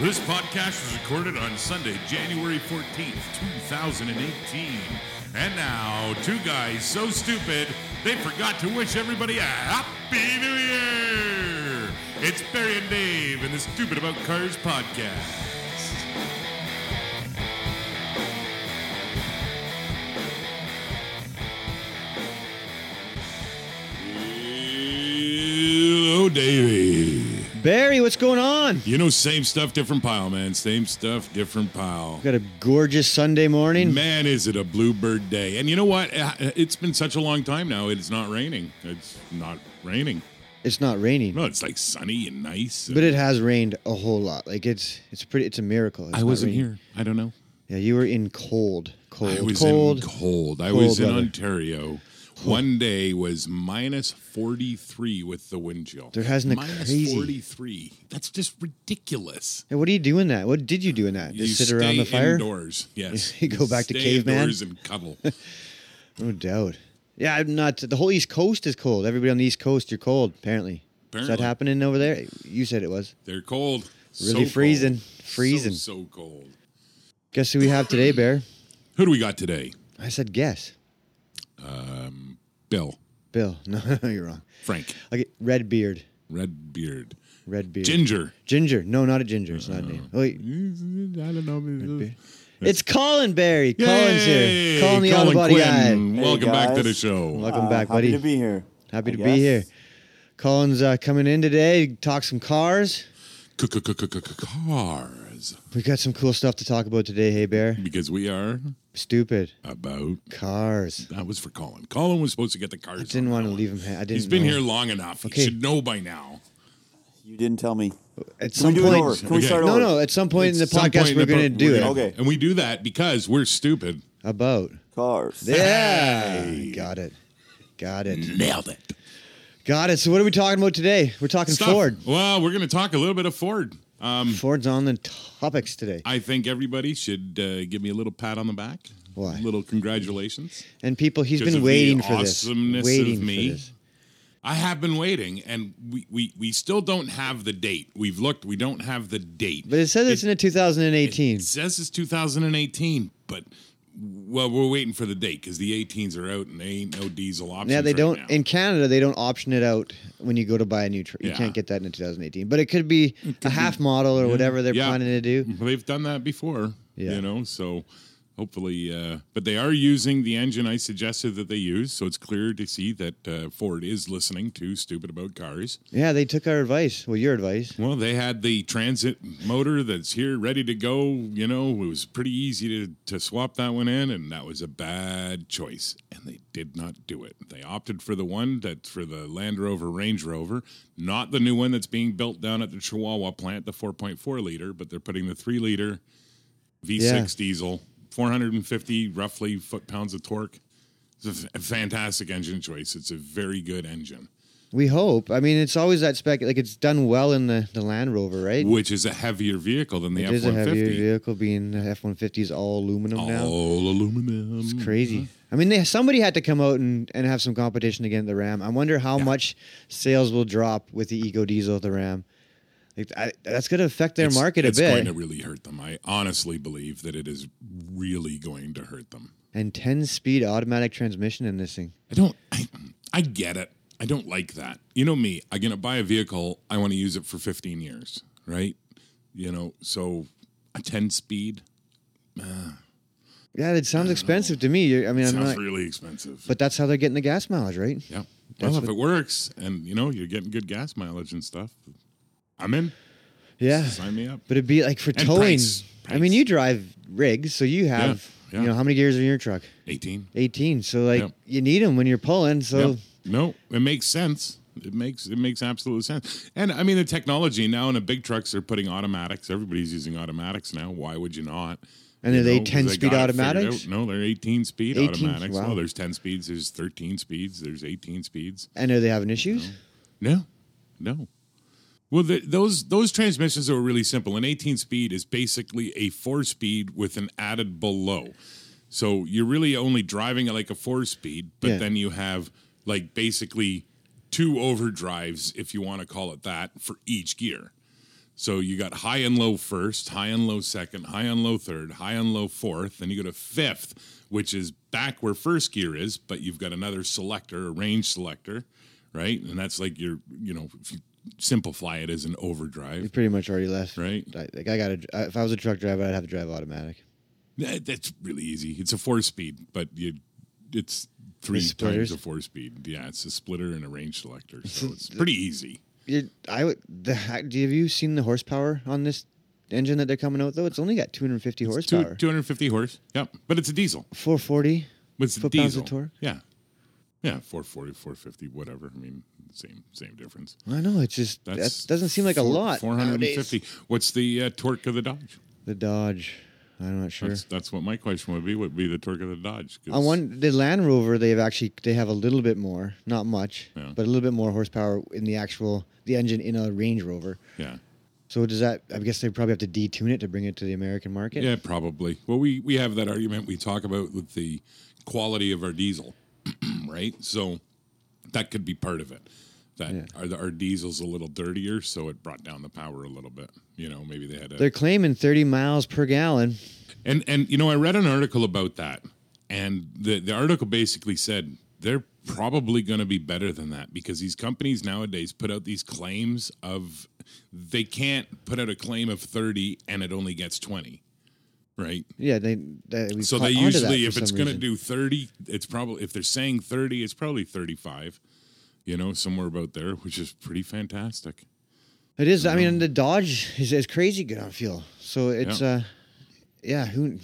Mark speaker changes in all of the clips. Speaker 1: This podcast was recorded on Sunday, January 14th, 2018. And now, two guys so stupid, they forgot to wish everybody a Happy New Year! It's Barry and Dave and the Stupid About Cars podcast. Hello, Davey.
Speaker 2: Barry, what's going on?
Speaker 1: You know, same stuff, different pile, man. Same stuff, different pile.
Speaker 2: Got a gorgeous Sunday morning.
Speaker 1: Man, is it a bluebird day. And you know what? Uh, It's been such a long time now. It's not raining. It's not raining.
Speaker 2: It's not raining,
Speaker 1: No, it's like sunny and nice.
Speaker 2: but it has rained a whole lot. Like it's it's pretty. It's a miracle. It's
Speaker 1: I
Speaker 2: not
Speaker 1: wasn't
Speaker 2: raining.
Speaker 1: here. I don't know.
Speaker 2: Yeah, you were in cold, cold,
Speaker 1: I was
Speaker 2: cold.
Speaker 1: in cold. I
Speaker 2: cold
Speaker 1: was in
Speaker 2: weather.
Speaker 1: Ontario. One day was minus 43 with the wind chill.
Speaker 2: There hasn't a
Speaker 1: Minus
Speaker 2: crazy-
Speaker 1: 43. That's just ridiculous.
Speaker 2: Hey, what do you do in that? What did you do in that? Just
Speaker 1: you
Speaker 2: sit
Speaker 1: stay
Speaker 2: around the fire?
Speaker 1: indoors. Yes.
Speaker 2: You go back to
Speaker 1: Stay
Speaker 2: caveman?
Speaker 1: Indoors and cuddle.
Speaker 2: No doubt. Yeah, I'm not. The whole East Coast is cold. Everybody on the East Coast, you're cold. Apparently, is that
Speaker 1: Apparently.
Speaker 2: happening over there? You said it was.
Speaker 1: They're cold.
Speaker 2: Really
Speaker 1: So
Speaker 2: freezing.
Speaker 1: cold.
Speaker 2: Freezing.
Speaker 1: So, so cold.
Speaker 2: Guess who we have today, Bear?
Speaker 1: Who do we got today?
Speaker 2: I said guess.
Speaker 1: Bill,
Speaker 2: Bill. No, you're wrong.
Speaker 1: Frank,
Speaker 2: Okay, red beard.
Speaker 1: Red Beard,
Speaker 2: Red beard.
Speaker 1: Ginger. Uh,
Speaker 2: Ginger. No, not a ginger. It's not a name. Wait,
Speaker 1: I don't know.
Speaker 2: It's Colin Barry. Colin's here. Colin the
Speaker 1: Colin
Speaker 2: Auto Body
Speaker 1: Quinn.
Speaker 2: Guy.
Speaker 1: Welcome back to the
Speaker 3: guys.
Speaker 1: show.
Speaker 2: Welcome back,
Speaker 3: Uh, happy
Speaker 2: buddy.
Speaker 3: to be here.
Speaker 2: Happy
Speaker 3: I
Speaker 2: to
Speaker 3: guess.
Speaker 2: be here. Colin's uh, coming in today. to Talk some cars.
Speaker 1: Cars,
Speaker 2: We got some cool stuff to talk about today. Hey, Bear.
Speaker 1: because we are
Speaker 2: Stupid
Speaker 1: about.
Speaker 2: cars.
Speaker 1: That was for Colin. Colin was supposed to get the cars.
Speaker 2: I didn't want to leave him. ha- I didn't.
Speaker 1: He's been
Speaker 2: know.
Speaker 1: here long enough. He
Speaker 2: Okay.
Speaker 1: should know by now.
Speaker 3: You didn't tell me.
Speaker 2: At
Speaker 3: Can we
Speaker 2: some
Speaker 3: do it
Speaker 2: point.
Speaker 3: over? Can we
Speaker 1: Okay.
Speaker 3: start
Speaker 2: No,
Speaker 3: over?
Speaker 2: no. At some point in the
Speaker 1: At some point
Speaker 2: podcast,
Speaker 1: in
Speaker 2: we're
Speaker 1: the
Speaker 2: going to
Speaker 1: pro-
Speaker 2: do
Speaker 1: we're
Speaker 2: it.
Speaker 1: gonna-
Speaker 3: Okay.
Speaker 1: And we do that because we're stupid.
Speaker 2: About.
Speaker 3: Cars.
Speaker 2: Yeah. Got it. Got it.
Speaker 1: Nailed it.
Speaker 2: Got it. So, what are we talking about today? We're talking
Speaker 1: Stuff. Um,
Speaker 2: Ford.
Speaker 1: Well, we're going to talk a little bit of Ford.
Speaker 2: Ford's on the topics today.
Speaker 1: I think everybody should uh, give me a little pat on the back.
Speaker 2: Why?
Speaker 1: A little congratulations.
Speaker 2: And people, he's
Speaker 1: 'Cause of
Speaker 2: been
Speaker 1: the
Speaker 2: waiting for this.
Speaker 1: awesomeness of
Speaker 2: Waiting
Speaker 1: me.
Speaker 2: for this.
Speaker 1: I have been waiting, and we, we, we still don't have the date. We've looked, we don't have the date.
Speaker 2: But it says it's in the 2018.
Speaker 1: It says it's 2018, but well, we're waiting for the date because the 18s are out and they ain't no diesel options.
Speaker 2: Yeah, they
Speaker 1: right
Speaker 2: don't
Speaker 1: now.
Speaker 2: in Canada. They don't option it out when you go to buy a new truck. You
Speaker 1: Yeah.
Speaker 2: can't get that in a 2018, but it could be a half model or whatever they're
Speaker 1: Yeah. Mm.
Speaker 2: planning to do.
Speaker 1: They've done that before,
Speaker 2: Yeah.
Speaker 1: you know, so hopefully, uh, but they are using the engine I suggested that they use. So it's clear to see that uh, Ford is listening to Stupid About Cars.
Speaker 2: Yeah, they took our advice. Well, your advice.
Speaker 1: Well, they had the transit motor that's here ready to go. You know, it was pretty easy to, to swap that one in, and that was a bad choice. And they did not do it. They opted for the one that's for the Land Rover Range Rover, not the new one that's being built down at the Chihuahua plant, the 4.4 liter, but they're putting the 3 liter V6 diesel, 450 roughly foot pounds of torque. It's a f- a fantastic engine choice. It's a very good engine.
Speaker 2: We hope. I mean, it's always that spec. Like it's done well in the, the Land Rover, right?
Speaker 1: Which is a heavier vehicle than the
Speaker 2: It
Speaker 1: F
Speaker 2: is a
Speaker 1: one
Speaker 2: heavier
Speaker 1: fifty.
Speaker 2: vehicle, being the F-150 is all aluminum now.
Speaker 1: All aluminum.
Speaker 2: It's crazy.
Speaker 1: Mm-hmm.
Speaker 2: I mean, they, somebody had to come out and, and have some competition against the Ram. I wonder how much sales will drop with the Eco Diesel, the Ram. Like, I, that's going to affect their
Speaker 1: It's-
Speaker 2: market
Speaker 1: it's
Speaker 2: a bit.
Speaker 1: going to really hurt them. I honestly believe that it is really going to hurt them.
Speaker 2: and 10 speed automatic transmission in this thing.
Speaker 1: I don't. I, I get it. I don't like that. You know me. I'm gonna buy a vehicle. I want to use it for 15 years, right? You know, so a 10 speed
Speaker 2: Yeah, it sounds expensive to me. You're, I mean, I'm
Speaker 1: sounds
Speaker 2: not,
Speaker 1: really expensive.
Speaker 2: but that's how they're getting the gas mileage, right?
Speaker 1: yeah,
Speaker 2: that's
Speaker 1: well, if
Speaker 2: what-
Speaker 1: it works, and you know, you're getting good gas mileage and stuff. I'm in.
Speaker 2: Yeah.
Speaker 1: Sign me up.
Speaker 2: But it'd be like for towing.
Speaker 1: price.
Speaker 2: I mean,
Speaker 1: Price.
Speaker 2: you drive rigs, so you have,
Speaker 1: Yeah, yeah.
Speaker 2: you know, how many gears are in your truck?
Speaker 1: 18.
Speaker 2: 18. So, like,
Speaker 1: Yeah.
Speaker 2: you need them when you're pulling. So,
Speaker 1: Yep. No, it makes sense. It makes it makes absolute sense. And I mean the technology now in the big trucks they're putting automatics. Everybody's using automatics now. Why would you not?
Speaker 2: And
Speaker 1: You
Speaker 2: are they
Speaker 1: know, 'cause
Speaker 2: 10 speed
Speaker 1: got it figured
Speaker 2: automatics?
Speaker 1: out. No, they're 18 speed
Speaker 2: 18,
Speaker 1: automatics.
Speaker 2: wow.
Speaker 1: No, there's 10 speeds, there's 13 speeds, there's 18 speeds.
Speaker 2: and are they having issues?
Speaker 1: No. No. Well, the, those those transmissions are really simple. An 18 speed is basically a 4 speed with an added below. So you're really only driving at like a 4 speed, but
Speaker 2: Yeah.
Speaker 1: then you have like basically two overdrives if you want to call it that for each gear. So you got high and low first, high and low second, high and low third, high and low fourth, then you go to fifth, which is back where first gear is, but you've got another selector, a range selector, right? And that's like your, you know, if you simplify it as an
Speaker 2: You
Speaker 1: overdrive.
Speaker 2: pretty much already left.
Speaker 1: Right.
Speaker 2: I, like I got to. If I was a truck driver, I'd have to drive automatic.
Speaker 1: That- Eh, That's really easy. It's a four speed, but you, it's three
Speaker 2: splitters?
Speaker 1: times a four speed. Yeah, it's a splitter and a range selector, so it's pretty easy.
Speaker 2: You're, I would. The, ha- do you- have you seen the horsepower on this engine that they're coming out though? It's only got 250 horsepower.
Speaker 1: Two hundred fifty horse. Yep, but it's a diesel.
Speaker 2: 440.
Speaker 1: It's a
Speaker 2: Foot-pounds
Speaker 1: diesel.
Speaker 2: of torque?
Speaker 1: Yeah, yeah, 440, 450, whatever. I mean, same same difference.
Speaker 2: I know. It's just that doesn't seem like a lot.
Speaker 1: Four hundred and fifty. What's the uh, torque of the Dodge?
Speaker 2: The Dodge. I'm not sure.
Speaker 1: That's that's what my question would be. Would be the torque of the Dodge? 'cause-
Speaker 2: I wonder the Land Rover. They've actually they have a little bit more, not much,
Speaker 1: Yeah.
Speaker 2: but a little bit more horsepower in the actual the engine in a Range Rover.
Speaker 1: Yeah.
Speaker 2: So does that? I guess they probably have to detune it to bring it to the American market.
Speaker 1: Yeah, probably. Well, we we have that argument we talk about with the quality of our diesel, right? So that could be part of it. That
Speaker 2: Yeah.
Speaker 1: our, our diesel's a little dirtier, so it brought down the power a little bit. You know, maybe they had a
Speaker 2: They're claiming 30 miles per gallon.
Speaker 1: and and you know, I read an article about that, and the the article basically said they're probably going to be better than that because these companies nowadays put out these claims of they can't put out a claim of thirty and it only gets twenty, right?
Speaker 2: Yeah, they. they we've
Speaker 1: So
Speaker 2: caught
Speaker 1: they
Speaker 2: onto that
Speaker 1: usually,
Speaker 2: for
Speaker 1: if it's
Speaker 2: some
Speaker 1: going to
Speaker 2: reason.
Speaker 1: do 30, it's probably, if they're saying 30, it's probably 35, you know, somewhere about there, which is pretty fantastic.
Speaker 2: it is. I mean, the Dodge is, is crazy good on fuel. So it's
Speaker 1: Um, Yeah.
Speaker 2: uh, yeah, who,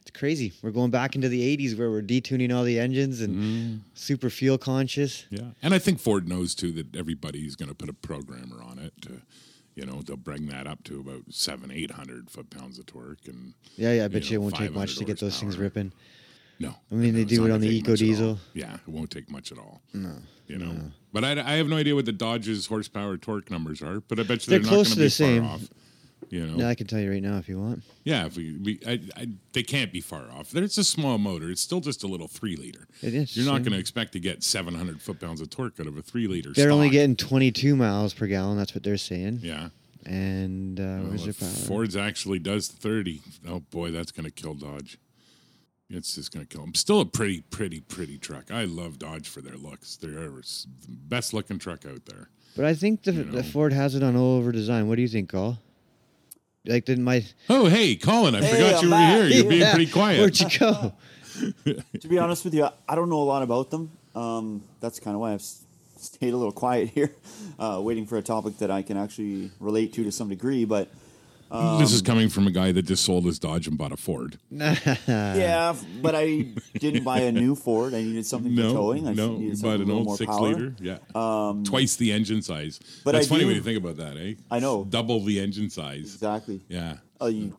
Speaker 2: it's crazy. We're going back into the 80s where we're detuning all the engines and
Speaker 1: Mm-hmm.
Speaker 2: super fuel conscious.
Speaker 1: Yeah. And I think Ford knows too that everybody's going to put a programmer on it to, you know, they'll bring that up to about seven, 800 foot pounds of torque. And
Speaker 2: Yeah, yeah. I bet you,
Speaker 1: know,
Speaker 2: it won't take
Speaker 1: 500
Speaker 2: much to get those things
Speaker 1: horsepower.
Speaker 2: ripping.
Speaker 1: no,
Speaker 2: I mean, they
Speaker 1: it's
Speaker 2: do
Speaker 1: not
Speaker 2: it
Speaker 1: gonna
Speaker 2: on the
Speaker 1: take much at all.
Speaker 2: EcoDiesel.
Speaker 1: Yeah. It won't take much at all. No. You know, but I, I have no idea what the Dodge's horsepower torque numbers are, but I bet you
Speaker 2: They're
Speaker 1: they're, not going
Speaker 2: close to
Speaker 1: to
Speaker 2: the
Speaker 1: be
Speaker 2: same.
Speaker 1: far off. You know,
Speaker 2: Now I can tell you right now if you want.
Speaker 1: Yeah, if we, we I, I, they can't be far off. There- It's a small motor. It's still just a little three liter.
Speaker 2: It is,
Speaker 1: You're not
Speaker 2: yeah.
Speaker 1: going to expect to get 700 foot pounds of torque out of a three liter.
Speaker 2: They're only
Speaker 1: stock.
Speaker 2: getting 22 miles per gallon. That's what they're saying.
Speaker 1: yeah. Oh,
Speaker 2: And uh,
Speaker 1: Well,
Speaker 2: where's their
Speaker 1: if
Speaker 2: power?
Speaker 1: Ford's actually does 30. Oh boy, that's going to kill Dodge. It's just going to kill them. Still a pretty, pretty, pretty truck. I love Dodge for their looks. They're the best looking truck out there.
Speaker 2: But I think the,
Speaker 1: know.
Speaker 2: the Ford has it on all over design. What do you think, Carl? Like, did my
Speaker 1: Oh hey, Colin, I
Speaker 3: Hey,
Speaker 1: forgot
Speaker 3: I'm
Speaker 1: you were
Speaker 3: back.
Speaker 1: here. You're being
Speaker 2: Yeah,
Speaker 1: pretty quiet.
Speaker 2: Where'd you go?
Speaker 3: To be honest with you, I- I don't know a lot about them. Um, that's kind of why I've s- stayed a little quiet here, uh, waiting for a topic that I can actually relate to to some degree. But
Speaker 2: Um,
Speaker 1: this is coming from a guy that just sold his Dodge and bought a Ford.
Speaker 2: Uh.
Speaker 3: yeah, f- but I didn't buy a new Ford. I needed something
Speaker 1: No,
Speaker 3: for towing. I s-
Speaker 1: no,
Speaker 3: needed
Speaker 1: you
Speaker 3: something
Speaker 1: bought
Speaker 3: with
Speaker 1: an
Speaker 3: a little
Speaker 1: old
Speaker 3: more
Speaker 1: six
Speaker 3: power. Um,
Speaker 1: liter, yeah, twice the engine size.
Speaker 3: but
Speaker 1: That's
Speaker 3: I
Speaker 1: funny
Speaker 3: do-
Speaker 1: when you think about that, eh?
Speaker 3: I know.
Speaker 1: double the engine size.
Speaker 3: Exactly.
Speaker 1: Yeah.
Speaker 3: Uh, you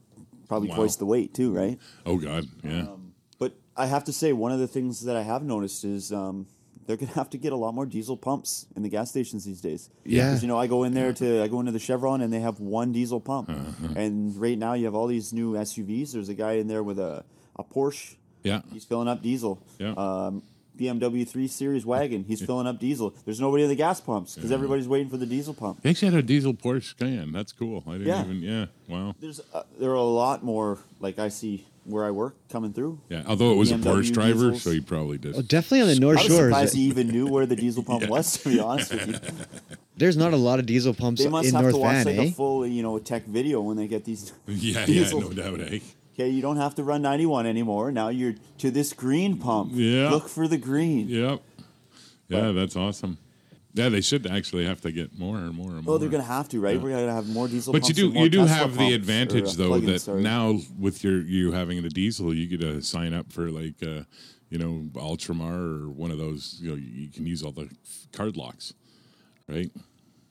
Speaker 3: probably
Speaker 1: Wow.
Speaker 3: twice the weight too, right?
Speaker 1: Oh God, yeah.
Speaker 3: Um, But I have to say, one of the things that I have noticed is um, they're going to have to get a lot more diesel pumps in the gas stations these days.
Speaker 2: Yeah.
Speaker 3: 'Cause, you know, I go in there to I go into the Chevron and they have one diesel pump, and right now you have all these new SUVs. There's a guy in there with a a Porsche.
Speaker 1: yeah.
Speaker 3: He's filling up diesel.
Speaker 1: Yeah.
Speaker 3: Um, BMW 3 Series wagon. He's filling up diesel. There's nobody in the gas pumps because everybody's waiting for the diesel pump.
Speaker 1: They actually had a diesel Porsche Cayenne. That's cool. I didn't
Speaker 3: Yeah.
Speaker 1: even. Yeah. Wow.
Speaker 3: There's uh, there are a lot more like I see where I work coming through.
Speaker 1: Yeah. Although it was a
Speaker 3: BMW
Speaker 1: Porsche driver,
Speaker 3: diesels.
Speaker 1: so he probably did.
Speaker 2: Oh, definitely on the North
Speaker 3: I was
Speaker 2: Shore.
Speaker 3: surprised he even knew where the diesel pump was. To be honest with you,
Speaker 2: There's not a lot of diesel pumps
Speaker 3: they
Speaker 2: in
Speaker 3: must
Speaker 2: North
Speaker 3: have to watch
Speaker 2: Van,
Speaker 3: like
Speaker 2: eh?
Speaker 3: a full, you know, tech video when they get these.
Speaker 1: yeah. Yeah.
Speaker 3: diesel.
Speaker 1: No doubt, eh?
Speaker 3: Okay, you don't have to run 91 anymore. Now you're to this green pump.
Speaker 1: Yeah.
Speaker 3: Look for the green.
Speaker 1: Yep. Yeah. That's awesome. Yeah, they should actually have to get more and more and more.
Speaker 3: Oh, they're gonna have to, right?
Speaker 1: Yeah.
Speaker 3: We're gonna have more diesel.
Speaker 1: But you
Speaker 3: pumps
Speaker 1: do
Speaker 3: and more
Speaker 1: you do
Speaker 3: Tesla
Speaker 1: have the
Speaker 3: pumps,
Speaker 1: advantage
Speaker 3: or, uh,
Speaker 1: though
Speaker 3: plugins,
Speaker 1: that
Speaker 3: sorry.
Speaker 1: now with your you having a diesel you get to sign up for like uh, you know Ultramar or one of those you know you can use all the card locks, right?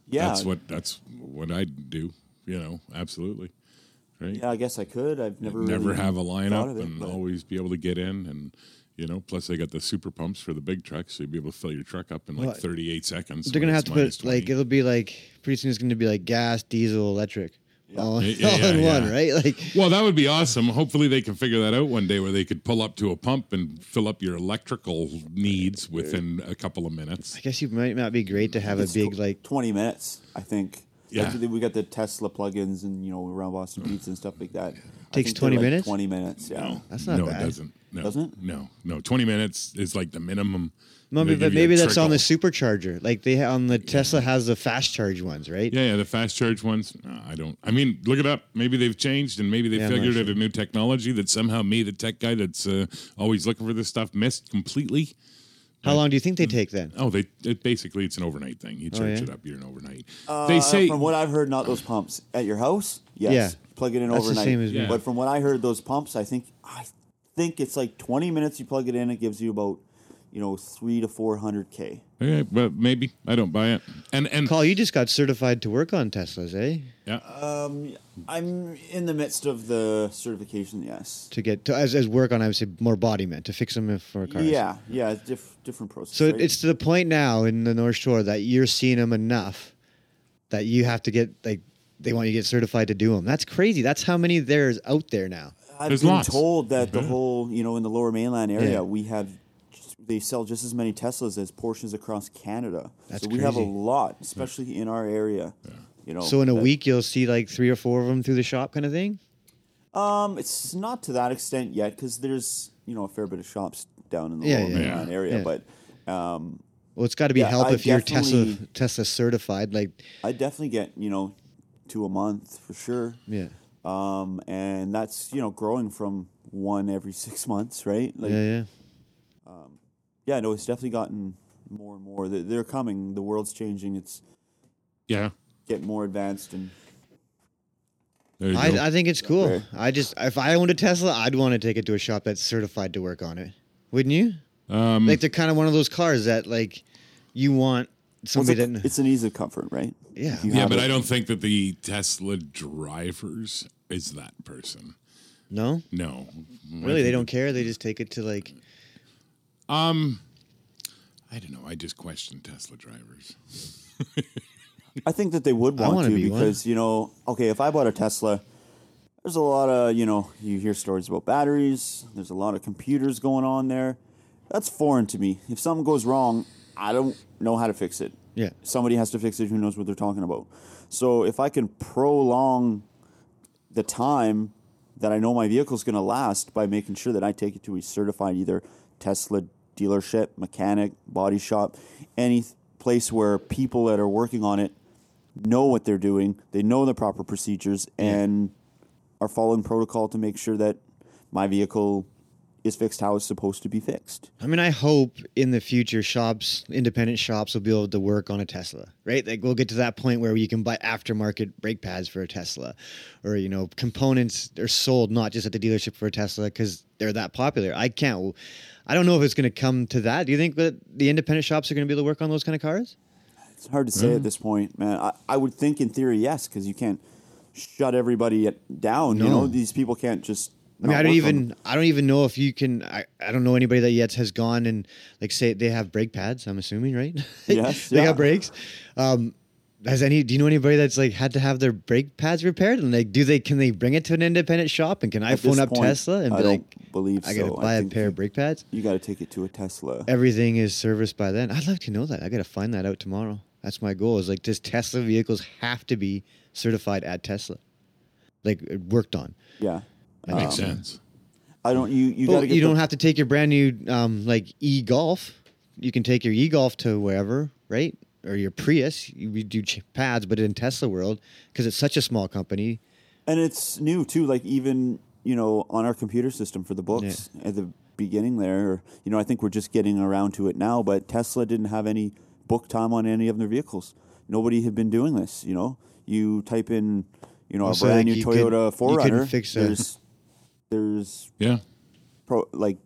Speaker 3: yeah,
Speaker 1: That's what that's what I do. You know, absolutely, right?
Speaker 3: Yeah, I guess I could. I've never
Speaker 1: Never
Speaker 3: really
Speaker 1: have a
Speaker 3: thought
Speaker 1: lineup
Speaker 3: of it,
Speaker 1: and
Speaker 3: but-
Speaker 1: always be able to get in and. You know, plus they got the super pumps for the big trucks, so you'd be able to fill your truck up in like
Speaker 2: Well,
Speaker 1: 38 seconds.
Speaker 2: They're
Speaker 1: when
Speaker 2: gonna have
Speaker 1: it's
Speaker 2: to
Speaker 1: minus
Speaker 2: put like
Speaker 1: 20.
Speaker 2: it'll be like pretty soon it's gonna be like gas, diesel, electric, all,
Speaker 1: Yeah,
Speaker 2: all
Speaker 1: yeah,
Speaker 2: in one,
Speaker 1: yeah.
Speaker 2: right? Like
Speaker 1: Well, that would be awesome. Hopefully, they can figure that out one day where they could pull up to a pump and fill up your electrical needs within a couple of minutes.
Speaker 2: I guess you might not be great to have a
Speaker 3: It's
Speaker 2: big
Speaker 3: tw-
Speaker 2: like
Speaker 3: 20 minutes, I think.
Speaker 1: Yeah.
Speaker 3: Like, we got the Tesla plugins and you know around Boston Pizza and stuff like that. I
Speaker 2: Takes
Speaker 3: think they're
Speaker 2: 20
Speaker 3: like
Speaker 2: minutes?
Speaker 3: Twenty minutes. Yeah.
Speaker 1: No,
Speaker 2: That's not
Speaker 1: no,
Speaker 2: bad.
Speaker 1: it doesn't. No,
Speaker 3: Doesn't it?
Speaker 1: No, no. Twenty minutes is like the minimum. They
Speaker 2: Maybe,
Speaker 1: give
Speaker 2: but
Speaker 1: you a
Speaker 2: maybe that's on the
Speaker 1: trickle.
Speaker 2: supercharger. Like they ha- on the Tesla has the fast charge ones, right?
Speaker 1: Yeah, yeah. The fast charge ones. No, I don't. I mean, look it up. Maybe they've changed, and maybe they
Speaker 2: Yeah, I'm not
Speaker 1: figured out
Speaker 2: sure.
Speaker 1: a new technology that somehow me, the tech guy that's uh, always looking for this stuff, missed completely.
Speaker 2: How long do you think they take then?
Speaker 1: Oh, they it, basically it's an overnight thing. You charge
Speaker 2: Oh, yeah?
Speaker 1: it up. You're an overnight.
Speaker 3: Uh,
Speaker 1: they say
Speaker 3: from what I've heard, not those pumps at your house. Yes.
Speaker 2: Yeah.
Speaker 3: Plug it in
Speaker 2: That's the
Speaker 3: overnight.
Speaker 2: same as me.
Speaker 1: Yeah.
Speaker 3: But from what I heard, those pumps, I think I think it's like twenty minutes. You plug it in, it gives you about you know three to four hundred k.
Speaker 1: Yeah, but maybe I don't buy it. And and
Speaker 2: Carl, you just got certified to work on Teslas, eh?
Speaker 1: yeah,
Speaker 3: I'm in the midst of the certification. Yes.
Speaker 2: To get to as, as work on, I would say more embodiment to fix them for cars.
Speaker 3: Yeah. Yeah. It's diff- different process.
Speaker 2: So
Speaker 3: right?
Speaker 2: it's to the point now in the North Shore that you're seeing them enough that you have to get like they want you to get certified to do them. That's crazy. That's how many there's out there now.
Speaker 3: I've
Speaker 1: There's
Speaker 3: been
Speaker 1: lots.
Speaker 3: told that the whole, you know, in the Lower Mainland area,
Speaker 2: Mm-hmm. Yeah.
Speaker 3: we have they sell just as many Teslas as portions across Canada.
Speaker 2: That's
Speaker 3: so we have a
Speaker 2: crazy.
Speaker 3: lot, especially in our area. You know,
Speaker 2: so in a
Speaker 3: that-
Speaker 2: week you'll see like three or four of them through the shop, kind of thing.
Speaker 3: um, it's not to that extent yet because there's you know a fair bit of shops down in the
Speaker 2: Yeah,
Speaker 3: Lower
Speaker 2: yeah.
Speaker 3: Mainland area,
Speaker 2: Yeah.
Speaker 3: but
Speaker 2: Well, it's got to be
Speaker 3: Yeah,
Speaker 2: help
Speaker 3: I
Speaker 2: if you're Tesla
Speaker 3: definitely-
Speaker 2: Tesla certified. Like,
Speaker 3: I definitely get you know two a month for sure.
Speaker 2: yeah,
Speaker 3: Um, and that's you know growing from one every six months, right? Like,
Speaker 2: yeah, yeah.
Speaker 3: yeah, no, it's definitely gotten more and more. They're, they're coming. The world's changing. It's
Speaker 1: yeah.
Speaker 3: get more advanced and
Speaker 1: There you go.
Speaker 2: I, I think it's cool.
Speaker 3: Okay.
Speaker 2: I just if I owned a Tesla, I'd want to take it to a shop that's certified to work on it. Wouldn't you?
Speaker 3: Mm.
Speaker 1: um,
Speaker 2: Like they're kind of one of those cars that like you want
Speaker 3: Well,
Speaker 2: somebody
Speaker 3: it's, a-
Speaker 2: that
Speaker 3: it's an ease of comfort, right?
Speaker 2: Yeah.
Speaker 3: If you
Speaker 1: yeah,
Speaker 3: have
Speaker 1: but
Speaker 3: it.
Speaker 1: I don't think that the Tesla drivers is that person.
Speaker 2: no
Speaker 1: No,
Speaker 3: Mm,
Speaker 2: really they don't care. They just take it to like
Speaker 1: Um, I don't know. I just question Tesla drivers.
Speaker 3: I think that they would
Speaker 2: I
Speaker 3: want
Speaker 2: wanna
Speaker 3: to
Speaker 2: be one.
Speaker 3: because you know, okay, if I bought a Tesla, there's a lot of you know, you hear stories about batteries. There's a lot of computers going on there. That's foreign to me. If something goes wrong, I don't know how to fix it.
Speaker 2: yeah
Speaker 3: Somebody has to fix it who knows what they're talking about. So if I can prolong the time that I know my vehicle's going to last by making sure that I take it to a certified either Tesla dealership, mechanic, body shop, any th- place where people that are working on it know what they're doing, they know the proper procedures, and are following protocol to make sure that my vehicle is fixed how it's supposed to be fixed.
Speaker 2: I mean, I hope in the future shops, independent shops, will be able to work on a Tesla, right? Like we'll get to that point where you can buy aftermarket brake pads for a Tesla, or you know, components are sold not just at the dealership for a Tesla because they're that popular. I can't. I don't know if it's going to come to that. Do you think that the independent shops are going to be able to work on those kind of cars?
Speaker 3: It's hard to say
Speaker 2: Mm-hmm.
Speaker 3: at this point, man. I, I would think in theory, yes, because you can't shut everybody at- down. You
Speaker 2: No.
Speaker 3: know, these people can't just.
Speaker 2: I mean,
Speaker 3: not
Speaker 2: I don't
Speaker 3: work on
Speaker 2: even. I don't even know if you can. I, I don't know anybody that yet has gone and like say they have brake pads. I'm assuming, right?
Speaker 3: Yes,
Speaker 2: they
Speaker 3: yeah.
Speaker 2: got brakes. Um, has any? Do you know anybody that's like had to have their brake pads repaired? And like, do they? Can they bring it to an independent shop? And can I
Speaker 3: At this
Speaker 2: phone up
Speaker 3: point,
Speaker 2: Tesla and
Speaker 3: I
Speaker 2: be
Speaker 3: don't
Speaker 2: like,
Speaker 3: believe
Speaker 2: I gotta
Speaker 3: so. I
Speaker 2: buy a
Speaker 3: think
Speaker 2: pair of
Speaker 3: you-
Speaker 2: brake pads?
Speaker 3: You got to take it to a Tesla.
Speaker 2: Everything is serviced by then. I'd like to know that. I gotta find that out tomorrow. That's my goal. Is like, does Tesla vehicles have to be certified at Tesla? Like uh, worked on.
Speaker 3: Yeah,
Speaker 2: That
Speaker 1: Makes sense.
Speaker 3: I don't. You you
Speaker 2: Well,
Speaker 3: got to
Speaker 2: you
Speaker 3: get. the-
Speaker 2: don't have to take your brand new um, like e golf. You can take your e golf to wherever, right? Or your Prius. You, you do ch- pads, but in Tesla world, because it's such a small company.
Speaker 3: and it's new too. Like even you know on our computer system for the books at the beginning there. Or, you know, I think we're just getting around to it now. But Tesla didn't have any book time on any of their vehicles. Nobody had been doing this. You know, you type in you know
Speaker 2: Also,
Speaker 3: a brand
Speaker 2: like,
Speaker 3: new
Speaker 2: you could-
Speaker 3: Toyota
Speaker 2: you couldn't
Speaker 3: 4Runner.
Speaker 2: fix a-
Speaker 3: there's there's
Speaker 1: Yeah.
Speaker 3: pro, like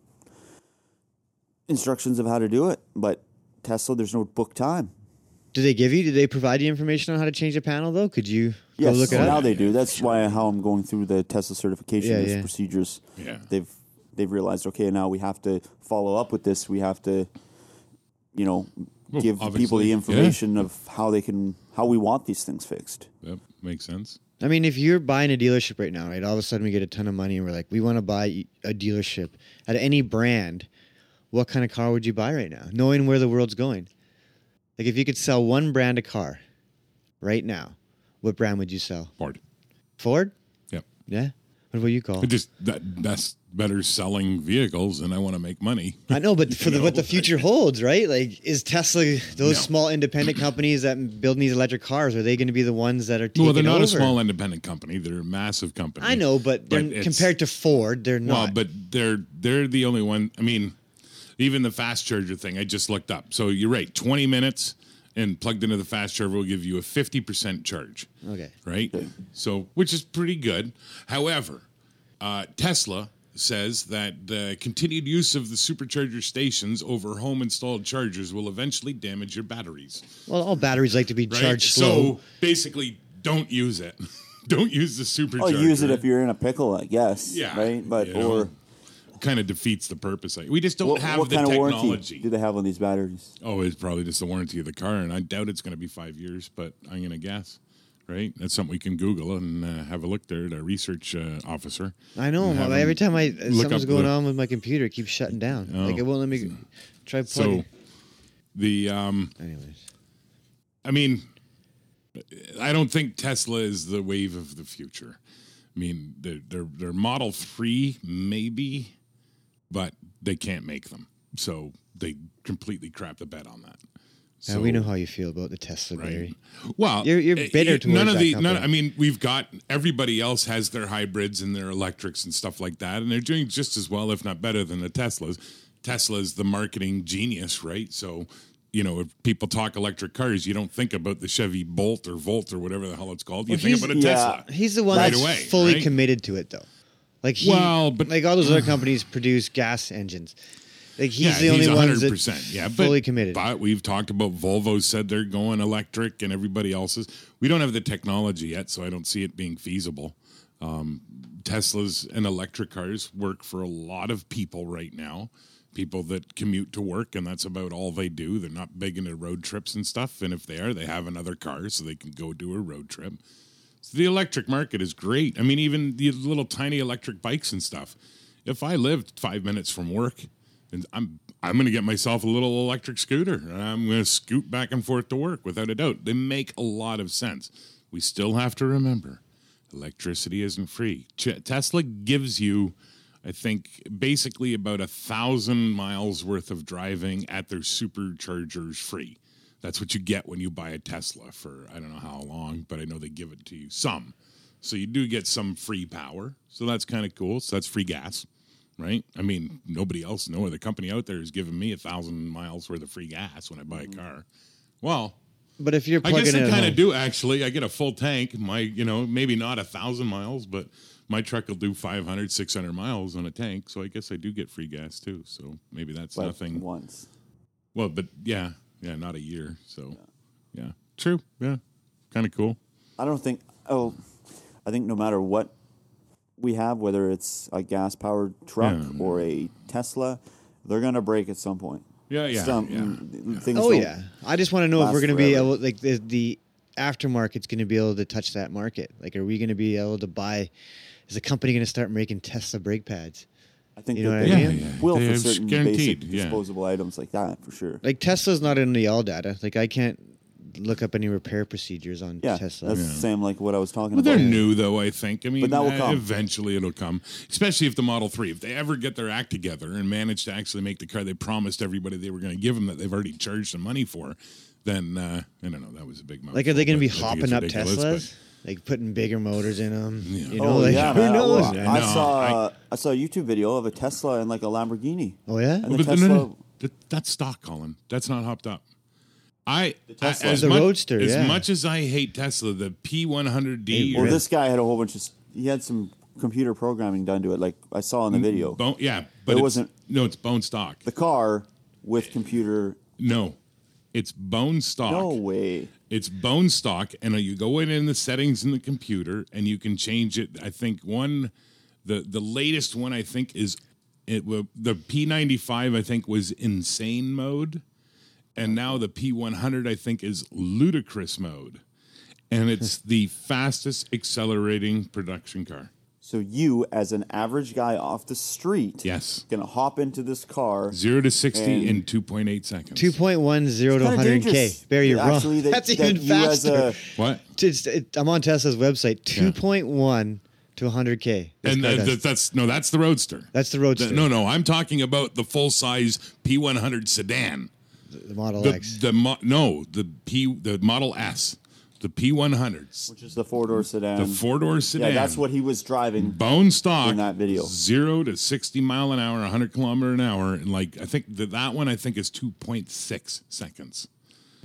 Speaker 3: instructions of how to do it, but Tesla, there's no book time.
Speaker 2: Do they give you? Do they provide you information on how to change a panel though? Could you
Speaker 3: Yes,
Speaker 2: go look it
Speaker 3: now
Speaker 2: up?
Speaker 3: they do. That's why how I'm going through the Tesla certification
Speaker 2: Yeah,
Speaker 3: there's
Speaker 2: yeah.
Speaker 3: procedures.
Speaker 1: Yeah.
Speaker 3: They've they've realized okay, now we have to follow up with this. We have to, you know,
Speaker 1: Well,
Speaker 3: give the people
Speaker 1: obviously,
Speaker 3: the
Speaker 1: yeah.
Speaker 3: information of how they can how we want these things fixed.
Speaker 1: Yep. Makes sense.
Speaker 2: I mean, if you're buying a dealership right now, right? All of a sudden we get a ton of money and we're like, we want to buy a dealership at any brand. What kind of car would you buy right now? Knowing where the world's going. Like if you could sell one brand a car right now, What brand would you sell?
Speaker 1: Ford.
Speaker 2: Ford?
Speaker 1: Yep.
Speaker 2: Yeah. What about you, Cole?
Speaker 1: It just that that's better selling vehicles, and I want to make money.
Speaker 2: I know, but for the,
Speaker 1: know,
Speaker 2: what the future holds, right? Like, is Tesla those
Speaker 1: No.
Speaker 2: small independent companies that build these electric cars? Are they going to be the ones that are taking
Speaker 1: well, they're not
Speaker 2: over?
Speaker 1: a small independent company; they're a massive company.
Speaker 2: I know, but,
Speaker 1: But
Speaker 2: they're-
Speaker 1: it's-
Speaker 2: compared to Ford, they're
Speaker 1: Well,
Speaker 2: not.
Speaker 1: but they're they're the only one. I mean, even the fast charger thing I just looked up. So you're right. 20 minutes and plugged into the fast charger will give you a 50% charge.
Speaker 2: Okay.
Speaker 1: Right. So which is pretty good. However, uh, Tesla says that the continued use of the supercharger stations over home installed chargers will eventually damage your batteries.
Speaker 2: well, all batteries like to be
Speaker 1: Right.
Speaker 2: charged slow.
Speaker 1: so basically, don't use it. don't use the supercharger.
Speaker 3: Oh, use it if you're in a pickle, I guess.
Speaker 1: Yeah,
Speaker 3: Right? But
Speaker 1: you know,
Speaker 3: or
Speaker 1: kind of defeats the purpose. Like, We just don't
Speaker 3: what,
Speaker 1: have
Speaker 3: what
Speaker 1: the
Speaker 3: kind of warranty
Speaker 1: technology.
Speaker 3: do they have on these batteries?
Speaker 1: oh, it's probably just the warranty of the car, and I doubt it's going to be five years, but I'm going to guess. Right, that's something we can Google and uh, have a look there at our research uh, officer.
Speaker 2: I know.
Speaker 1: and have
Speaker 2: but
Speaker 1: them-
Speaker 2: Every time I something's
Speaker 1: up
Speaker 2: going
Speaker 1: the- Oh.
Speaker 2: on with my computer, it keeps shutting down. Like it won't let me try
Speaker 1: So
Speaker 2: plugging.
Speaker 1: the um,
Speaker 2: Anyways,
Speaker 1: I mean, I don't think Tesla is the wave of the future. I mean, they're, they're, they're Model 3, maybe, but they can't make them. So they completely crap the bed on that.
Speaker 2: Yeah,
Speaker 1: So,
Speaker 2: we know how you feel about the Tesla
Speaker 1: right?
Speaker 2: battery.
Speaker 1: Well,
Speaker 2: You're- you're
Speaker 1: eh,
Speaker 2: bitter
Speaker 1: eh, none
Speaker 2: towards
Speaker 1: of
Speaker 2: that
Speaker 1: the, none,
Speaker 2: company.
Speaker 1: I mean, we've got everybody else has their hybrids and their electrics and stuff like that, and they're doing just as well, if not better, than the Teslas. Tesla's the marketing genius, right? So, you know, if people talk electric cars, you don't think about the Chevy Bolt or Volt or whatever the hell it's called. You
Speaker 2: Well,
Speaker 1: think
Speaker 2: he's-
Speaker 1: about a
Speaker 3: yeah.
Speaker 1: Tesla.
Speaker 2: He's the one
Speaker 1: Right
Speaker 2: that's
Speaker 1: away,
Speaker 2: fully
Speaker 1: right?
Speaker 2: committed to it, though. Like he,
Speaker 1: Well, but-
Speaker 2: like all those other companies produce gas engines. Like he's the only one that's
Speaker 1: yeah, but,
Speaker 2: fully committed.
Speaker 1: But we've talked about Volvo said they're going electric, and everybody else's. We don't have the technology yet, so I don't see it being feasible. Um, Teslas and electric cars work for a lot of people right now. People that commute to work, and that's about all they do. They're not big into road trips and stuff. And if they are, they have another car so they can go do a road trip. So the electric market is great. I mean, even the little tiny electric bikes and stuff. If I lived five minutes from work, and I'm I'm going to get myself a little electric scooter, and I'm going to scoot back and forth to work without a doubt. They make a lot of sense. We still have to remember, electricity isn't free. Ch- Tesla gives you, I think, basically about a thousand miles worth of driving at their superchargers free. That's what you get when you buy a Tesla for I don't know how long, but I know they give it to you some. So you do get some free power. So that's kind of cool. So that's free gas, right? I mean, nobody else, no other company out there is giving me a thousand miles worth of free gas when I buy a car. Well,
Speaker 2: but if you're
Speaker 1: I
Speaker 2: plugging
Speaker 1: guess
Speaker 2: it
Speaker 1: I
Speaker 2: at
Speaker 1: kind
Speaker 2: home-
Speaker 1: of do actually. I get a full tank. My, you know, maybe not a thousand miles, but my truck will do 500, 600 miles on a tank. So I guess I do get free gas too. So maybe that's
Speaker 3: But
Speaker 1: nothing.
Speaker 3: once.
Speaker 1: Well, but yeah, yeah, not a year. So, yeah, true. Yeah, kind of cool.
Speaker 3: I don't think. Oh, I think no matter what we have, whether it's a gas powered truck
Speaker 1: Yeah.
Speaker 3: or a Tesla, they're gonna break at some point.
Speaker 1: Yeah, Oh, yeah,
Speaker 3: Some-
Speaker 1: yeah,
Speaker 3: Things
Speaker 2: Oh
Speaker 3: don't-
Speaker 2: yeah, I just want to know if
Speaker 3: last
Speaker 2: we're going to be
Speaker 3: forever.
Speaker 2: able, like the, the aftermarket's going to be able to touch that market. Like, are we going to be able to buy? Is the company going to start making Tesla brake pads?
Speaker 3: I think
Speaker 2: You know
Speaker 3: that
Speaker 2: what
Speaker 3: they
Speaker 2: I
Speaker 1: mean? Yeah, yeah.
Speaker 3: will
Speaker 1: They-
Speaker 3: for
Speaker 1: it's
Speaker 3: certain
Speaker 1: guaranteed,
Speaker 3: basic
Speaker 1: yeah.
Speaker 3: disposable items like that for sure.
Speaker 2: Like Tesla's not in the all data. Like I can't look up any repair procedures on
Speaker 3: Yeah,
Speaker 2: Tesla.
Speaker 3: that's the same like what I was talking
Speaker 1: Well, they're
Speaker 3: about.
Speaker 1: new though. I think. I mean,
Speaker 3: that will
Speaker 1: uh,
Speaker 3: come.
Speaker 1: eventually it'll come. Especially if the Model Three, if they ever get their act together and manage to actually make the car they promised everybody they were going to give them that they've already charged them money for, then uh, I don't know. That was a big.
Speaker 2: Like, are they going to be
Speaker 1: mouthful, but I think
Speaker 2: hopping
Speaker 1: it's
Speaker 2: up
Speaker 1: ridiculous,
Speaker 2: Teslas? Like putting bigger motors in them? You know,
Speaker 3: Oh
Speaker 2: like
Speaker 3: yeah,
Speaker 2: who
Speaker 3: man.
Speaker 2: knows?
Speaker 3: Well,
Speaker 2: man?
Speaker 3: I,
Speaker 1: No,
Speaker 3: saw I, saw a YouTube video of a Tesla and like a Lamborghini.
Speaker 2: oh yeah.
Speaker 1: But,
Speaker 3: And the
Speaker 1: but no, no,
Speaker 3: Tesla-
Speaker 1: no. That- that's stock, Colin. That's not hopped up. I
Speaker 3: Tesla.
Speaker 1: I- as
Speaker 2: The
Speaker 1: much,
Speaker 2: Roadster,
Speaker 1: As
Speaker 2: yeah.
Speaker 1: much as I hate Tesla, the P100D.
Speaker 2: Hey,
Speaker 1: or
Speaker 3: Well,
Speaker 2: Yeah.
Speaker 3: this guy had a whole bunch of. s- He had some computer programming done to it, like I saw
Speaker 1: Mm,
Speaker 3: in the video.
Speaker 1: Bone, yeah, but
Speaker 3: It
Speaker 1: it's-
Speaker 3: wasn't-
Speaker 1: No, it's bone stock.
Speaker 3: The car with computer.
Speaker 1: No, it's bone stock.
Speaker 3: No way.
Speaker 1: It's bone stock, and you go in in the settings in the computer, and you can change it. I think one, the the latest one I think is it wa- the P95. I think was insane mode, and now the P100 I think is ludicrous mode, and it's the fastest accelerating production car.
Speaker 3: So you, as an average guy off the street,
Speaker 1: Yes.
Speaker 3: gonna hop into this car.
Speaker 1: Zero to 60
Speaker 3: And-
Speaker 1: in 2.8 seconds.
Speaker 2: Two point one zero to
Speaker 3: Kinda
Speaker 2: one hundred k.
Speaker 3: dangerous.
Speaker 2: Barry, you're
Speaker 3: Actually,
Speaker 2: wrong.
Speaker 3: that-
Speaker 2: That's
Speaker 3: that
Speaker 2: even
Speaker 3: you as
Speaker 2: faster.
Speaker 3: a-
Speaker 1: what?
Speaker 2: It's- it- I'm on Tesla's website. Two point one to one hundred k.
Speaker 1: And uh, th- that's no, that's the Roadster.
Speaker 2: That's the Roadster.
Speaker 1: no, no, I'm talking about the full size P100 sedan.
Speaker 2: the Model
Speaker 1: The,
Speaker 2: X.
Speaker 1: the mo- no, the P, the Model S, the P100,
Speaker 3: which is the four door sedan.
Speaker 1: the four door
Speaker 3: yeah,
Speaker 1: sedan. Mm.
Speaker 3: that's what he was driving.
Speaker 1: bone stock
Speaker 3: in that video.
Speaker 1: zero to 60 mile an hour 100 kilometer an hour and like i think that that one i think is 2.6 seconds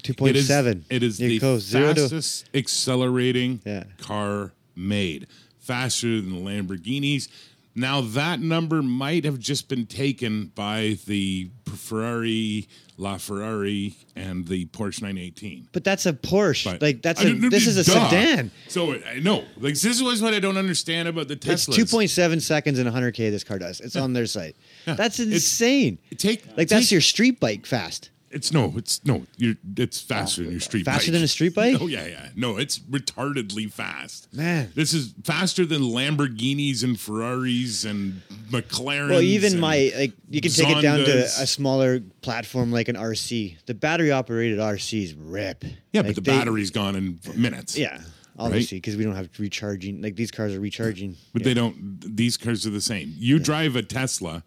Speaker 2: Two
Speaker 1: It
Speaker 2: point
Speaker 1: is-
Speaker 2: seven.
Speaker 1: it is
Speaker 2: You're
Speaker 1: the
Speaker 2: close. Zero to
Speaker 1: fastest accelerating
Speaker 2: Yeah.
Speaker 1: car made faster than the lamborghinis now that number might have just been taken by the ferrari la ferrari and the porsche 918
Speaker 2: But that's a Porsche.
Speaker 1: but
Speaker 2: like that's
Speaker 1: I
Speaker 2: a
Speaker 1: don't-
Speaker 2: this is a
Speaker 1: duh.
Speaker 2: sedan.
Speaker 1: So I know, like this was what I don't understand about the Tesla.
Speaker 2: It's two point seven seconds and hundred k. This car does. It's on their site. That's insane.
Speaker 1: Take
Speaker 2: Like that's
Speaker 1: take-
Speaker 2: your street bike fast.
Speaker 1: It's no, it's no, you're it's faster than your street bike.
Speaker 2: Faster than a street bike?
Speaker 1: Oh yeah, yeah. No, it's retardedly fast.
Speaker 2: Man.
Speaker 1: This is faster than Lamborghinis and Ferraris and McLarens.
Speaker 2: Well, even
Speaker 1: and-
Speaker 2: my uh, like you can take it down to
Speaker 1: Zondas.
Speaker 2: a smaller platform like an RC. The battery operated RCs rip.
Speaker 1: Yeah,
Speaker 2: Like,
Speaker 1: but the
Speaker 2: they-
Speaker 1: battery's gone in minutes.
Speaker 2: Yeah, obviously because we don't have recharging. Like these cars are recharging.
Speaker 1: But they don't these cars are the same. You drive a Tesla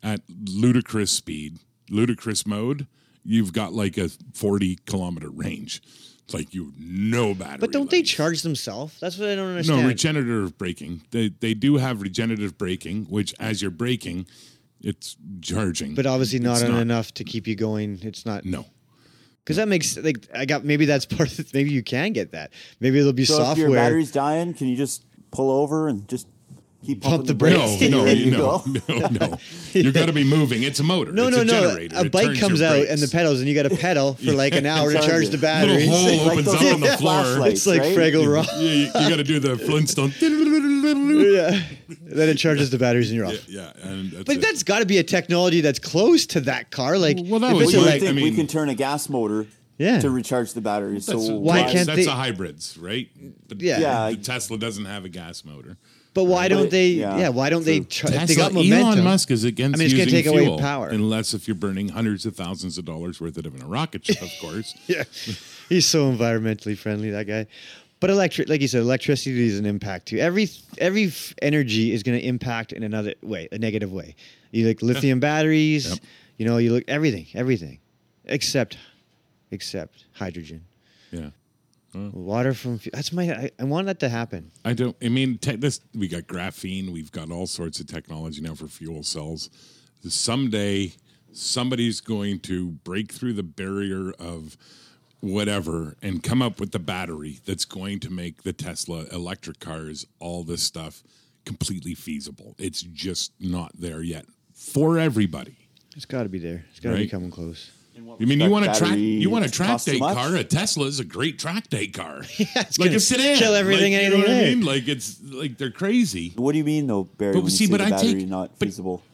Speaker 1: at ludicrous speed, ludicrous mode, you've got like a 40 kilometer range. It's like you have no battery.
Speaker 2: But don't they
Speaker 1: life.
Speaker 2: charge themselves? That's what I don't
Speaker 1: No,
Speaker 2: understand.
Speaker 1: regenerative braking. They they do have regenerative braking, which as you're braking, it's charging.
Speaker 2: but obviously not,
Speaker 1: It's
Speaker 2: on
Speaker 1: not-
Speaker 2: enough to keep you going. It's not
Speaker 1: no.
Speaker 2: because that makes like I got maybe that's part of maybe you can get that. Maybe there'll be
Speaker 3: So if
Speaker 2: software.
Speaker 3: your battery's dying, can you just pull over and just keep
Speaker 2: Pump
Speaker 3: pumping
Speaker 2: the
Speaker 3: the
Speaker 2: brakes.
Speaker 1: No, no,
Speaker 2: Yes.
Speaker 3: brakes? There you
Speaker 1: no,
Speaker 3: go.
Speaker 1: no, no. You got to be moving. It's a motor.
Speaker 2: no,
Speaker 1: it's
Speaker 2: no,
Speaker 1: a
Speaker 2: no.
Speaker 1: Generator.
Speaker 2: A
Speaker 1: It
Speaker 2: bike
Speaker 1: turns your
Speaker 2: comes out and
Speaker 1: brakes.
Speaker 2: the pedals, and you got to pedal for like an hour to
Speaker 3: Charge
Speaker 2: charge
Speaker 3: it.
Speaker 2: the
Speaker 1: little
Speaker 2: battery.
Speaker 1: hole
Speaker 3: Like
Speaker 1: opens
Speaker 3: those
Speaker 1: up on the
Speaker 3: little
Speaker 1: floor.
Speaker 3: flashlights.
Speaker 2: It's like
Speaker 3: right?
Speaker 2: Fraggle Rock.
Speaker 1: Yeah, you, got to do the Flintstone. yeah,
Speaker 2: yeah. Then it charges the batteries and you're off.
Speaker 1: yeah, and that's
Speaker 2: But
Speaker 1: it.
Speaker 2: that's got to be a technology that's close to that car. Like,
Speaker 1: Well, that
Speaker 2: if
Speaker 1: was
Speaker 2: it's
Speaker 3: Well,
Speaker 2: a,
Speaker 3: you
Speaker 1: my
Speaker 2: like,
Speaker 3: think
Speaker 1: I
Speaker 3: we
Speaker 1: mean-
Speaker 3: can turn a gas motor
Speaker 2: Yeah.
Speaker 3: to recharge the battery. So
Speaker 1: That's,
Speaker 2: why can't
Speaker 1: that's
Speaker 2: they-
Speaker 1: a hybrids, right? But
Speaker 2: Yeah.
Speaker 3: Yeah.
Speaker 1: the Tesla doesn't have a gas motor.
Speaker 2: but why don't
Speaker 3: But-
Speaker 2: they? Yeah,
Speaker 3: yeah.
Speaker 2: why don't they? Try, if they
Speaker 1: Tesla-
Speaker 2: got momentum.
Speaker 1: Elon Musk is against
Speaker 2: I mean, it's gonna
Speaker 1: using
Speaker 2: take away
Speaker 1: fuel,
Speaker 2: power.
Speaker 1: unless if you're burning hundreds of thousands of dollars worth of it in a rocket ship, of course.
Speaker 2: yeah, he's so environmentally friendly, that guy. But electric, like you said, electricity is an impact too. Every every f- energy is going to impact in another way, a negative way. You look lithium batteries.
Speaker 1: Yep.
Speaker 2: You know, you look everything, everything, except except hydrogen,
Speaker 1: Yeah,
Speaker 2: water from. fu- That's my. I, I want that to happen.
Speaker 1: I don't. I mean, te- this we got graphene, we've got all sorts of technology now for fuel cells. Someday, somebody's going to break through the barrier of whatever and come up with the battery that's going to make the Tesla electric cars, all this stuff, completely feasible. It's just not there yet for everybody.
Speaker 2: It's got to be there. It's got to be
Speaker 1: Right.
Speaker 2: coming close.
Speaker 1: I mean, you want a
Speaker 3: That
Speaker 1: track?
Speaker 3: battery
Speaker 1: You want a track
Speaker 3: costs too
Speaker 1: day
Speaker 3: much?
Speaker 1: car? A Tesla is a great track day car.
Speaker 2: it's
Speaker 1: like
Speaker 2: gonna
Speaker 1: a sedan.
Speaker 2: kill everything
Speaker 1: Like, you know
Speaker 2: anything
Speaker 1: what I
Speaker 2: in it.
Speaker 1: mean? Like it's like they're crazy.
Speaker 3: What do you mean though, Barry?
Speaker 1: But
Speaker 3: when you
Speaker 1: see,
Speaker 3: say
Speaker 1: but
Speaker 3: the
Speaker 1: I
Speaker 3: battery
Speaker 1: take-
Speaker 3: not
Speaker 1: but-
Speaker 3: feasible.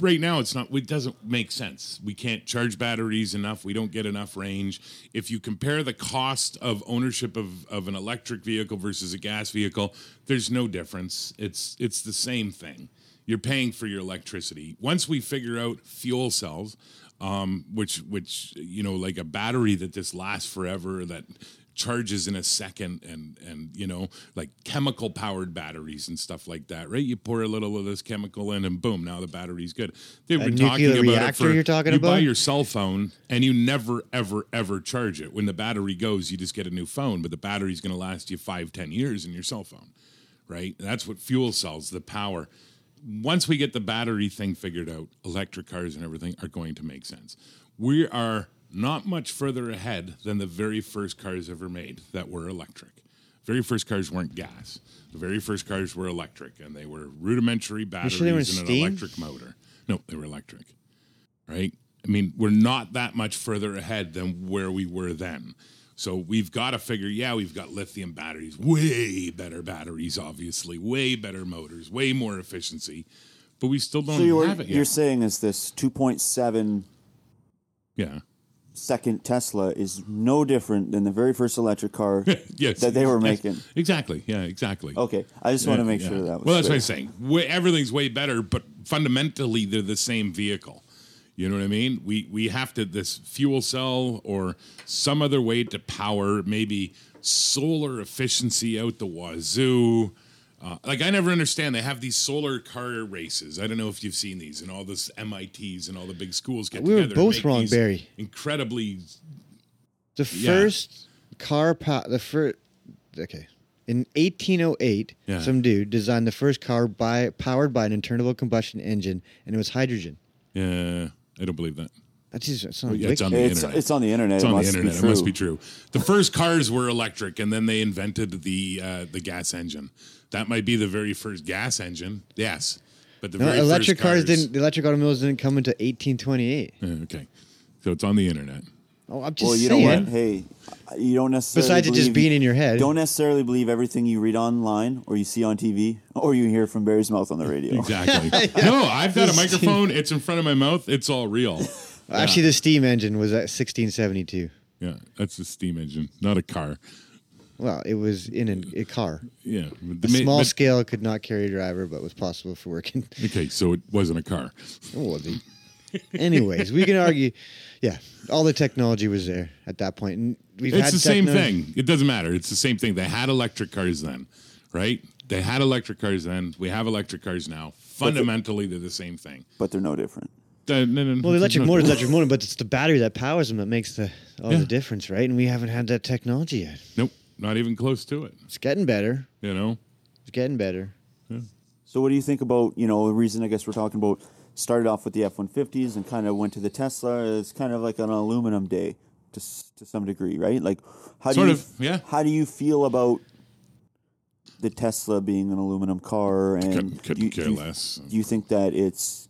Speaker 1: Right now, it's not. It doesn't make sense. We can't charge batteries enough. We don't get enough range. If you compare the cost of ownership of of an electric vehicle versus a gas vehicle, there's no difference. It's it's the same thing. You're paying for your electricity. Once we figure out fuel cells, um, which which you know like a battery that just lasts forever that charges in a second and and you know like chemical powered batteries and stuff like that right you pour a little of this chemical in and boom now the battery's good they were
Speaker 2: nuclear reactor you're talking
Speaker 1: you buy
Speaker 2: about?
Speaker 1: your cell phone and you never ever ever charge it when the battery goes you just get a new phone but the battery's going to last you five ten years in your cell phone right that's what fuel cells the power once we get the battery thing figured out, electric cars and everything are going to make sense. We are not much further ahead than the very first cars ever made that were electric. Very first cars weren't gas. The very first cars were electric, and they were rudimentary batteries
Speaker 2: sure they were
Speaker 1: and an
Speaker 2: steam?
Speaker 1: electric motor. No, they were electric. Right? I mean, we're not that much further ahead than where we were then. So we've got to figure, yeah, we've got lithium batteries, way better batteries, obviously, way better motors, way more efficiency, but we still don't
Speaker 3: So you're,
Speaker 1: have it
Speaker 3: you're
Speaker 1: yet.
Speaker 3: saying is this 2.7
Speaker 1: Yeah.
Speaker 3: second Tesla is no different than the very first electric car
Speaker 1: Yes,
Speaker 3: that they were
Speaker 1: yes,
Speaker 3: making.
Speaker 1: Exactly. Yeah. Exactly.
Speaker 3: Okay, I just want to
Speaker 1: Yeah,
Speaker 3: make
Speaker 1: yeah.
Speaker 3: sure that was
Speaker 1: well, that's
Speaker 3: clear.
Speaker 1: what I'm saying. Way, everything's way better, but fundamentally, they're the same vehicle. You know what I mean? We we have to this fuel cell or some other way to power maybe solar efficiency out the wazoo. Uh, like I never understand. They have these solar car races. I don't know if you've seen these, and all this MITs and all the big schools get
Speaker 2: We were
Speaker 1: together. and
Speaker 2: both
Speaker 1: make
Speaker 2: wrong,
Speaker 1: these
Speaker 2: Barry.
Speaker 1: Incredibly
Speaker 2: The
Speaker 1: Yeah.
Speaker 2: first car po- the first okay. In 1808,
Speaker 1: Yeah.
Speaker 2: some dude designed the first car by powered by an internal combustion engine, and it was hydrogen.
Speaker 1: Yeah, uh, I don't believe that.
Speaker 2: That's just it's not
Speaker 1: Yeah, it's on the
Speaker 3: It's,
Speaker 1: internet.
Speaker 3: it's on the internet.
Speaker 1: It's on
Speaker 3: it
Speaker 1: the
Speaker 3: must
Speaker 1: internet.
Speaker 3: Be
Speaker 1: It
Speaker 3: true.
Speaker 1: must be true. The first cars were electric, and then they invented the uh, the gas engine. That might be the very first gas engine. Yes, but the
Speaker 2: no,
Speaker 1: very
Speaker 2: electric
Speaker 1: first
Speaker 2: cars didn't. The electric automobiles didn't come until 1828.
Speaker 1: Yeah, okay, so it's on the internet.
Speaker 2: Oh, I'm just
Speaker 3: Well, you know
Speaker 2: saying.
Speaker 3: what? Hey, you don't necessarily.
Speaker 2: Besides it just
Speaker 3: believe-
Speaker 2: being in your head.
Speaker 3: don't necessarily believe everything you read online or you see on TV or you hear from Barry's mouth on the radio.
Speaker 1: Exactly. No, I've got a microphone. It's in front of my mouth. It's all real.
Speaker 2: Actually, the steam engine was at 1672.
Speaker 1: Yeah, that's a steam engine, not a car.
Speaker 2: Well, it was in an, a car.
Speaker 1: Yeah,
Speaker 2: A small scale could not carry a driver, but was possible for working.
Speaker 1: Okay, so it wasn't a car.
Speaker 2: Well, the- anyways, we can argue. Yeah, all the technology was there at that point, and we've
Speaker 1: It's
Speaker 2: had
Speaker 1: the same
Speaker 2: techno-
Speaker 1: thing. It doesn't matter. It's the same thing. They had electric cars then, right? They had electric cars then. We have electric cars now. Fundamentally, they're the same thing.
Speaker 3: But they're no different.
Speaker 1: Uh, no, no, no,
Speaker 2: Well, the electric
Speaker 1: no.
Speaker 2: motor is electric motor, but it's the battery that powers them that makes the all
Speaker 1: Yeah.
Speaker 2: the difference, right? And we haven't had that technology yet.
Speaker 1: Nope, not even close to it.
Speaker 2: It's getting better.
Speaker 1: You know,
Speaker 2: It's getting better.
Speaker 3: So, what do you think about, you know, the reason I guess we're talking about started off with the F 150s and kind of went to the Tesla? It's kind of like an aluminum day to, s- to some degree, right? Like, how
Speaker 1: Sort
Speaker 3: do you,
Speaker 1: of, yeah.
Speaker 3: How do you feel about the Tesla being an aluminum car? And
Speaker 1: couldn't, couldn't
Speaker 3: do you-
Speaker 1: care
Speaker 3: do you-
Speaker 1: less.
Speaker 3: do you think that it's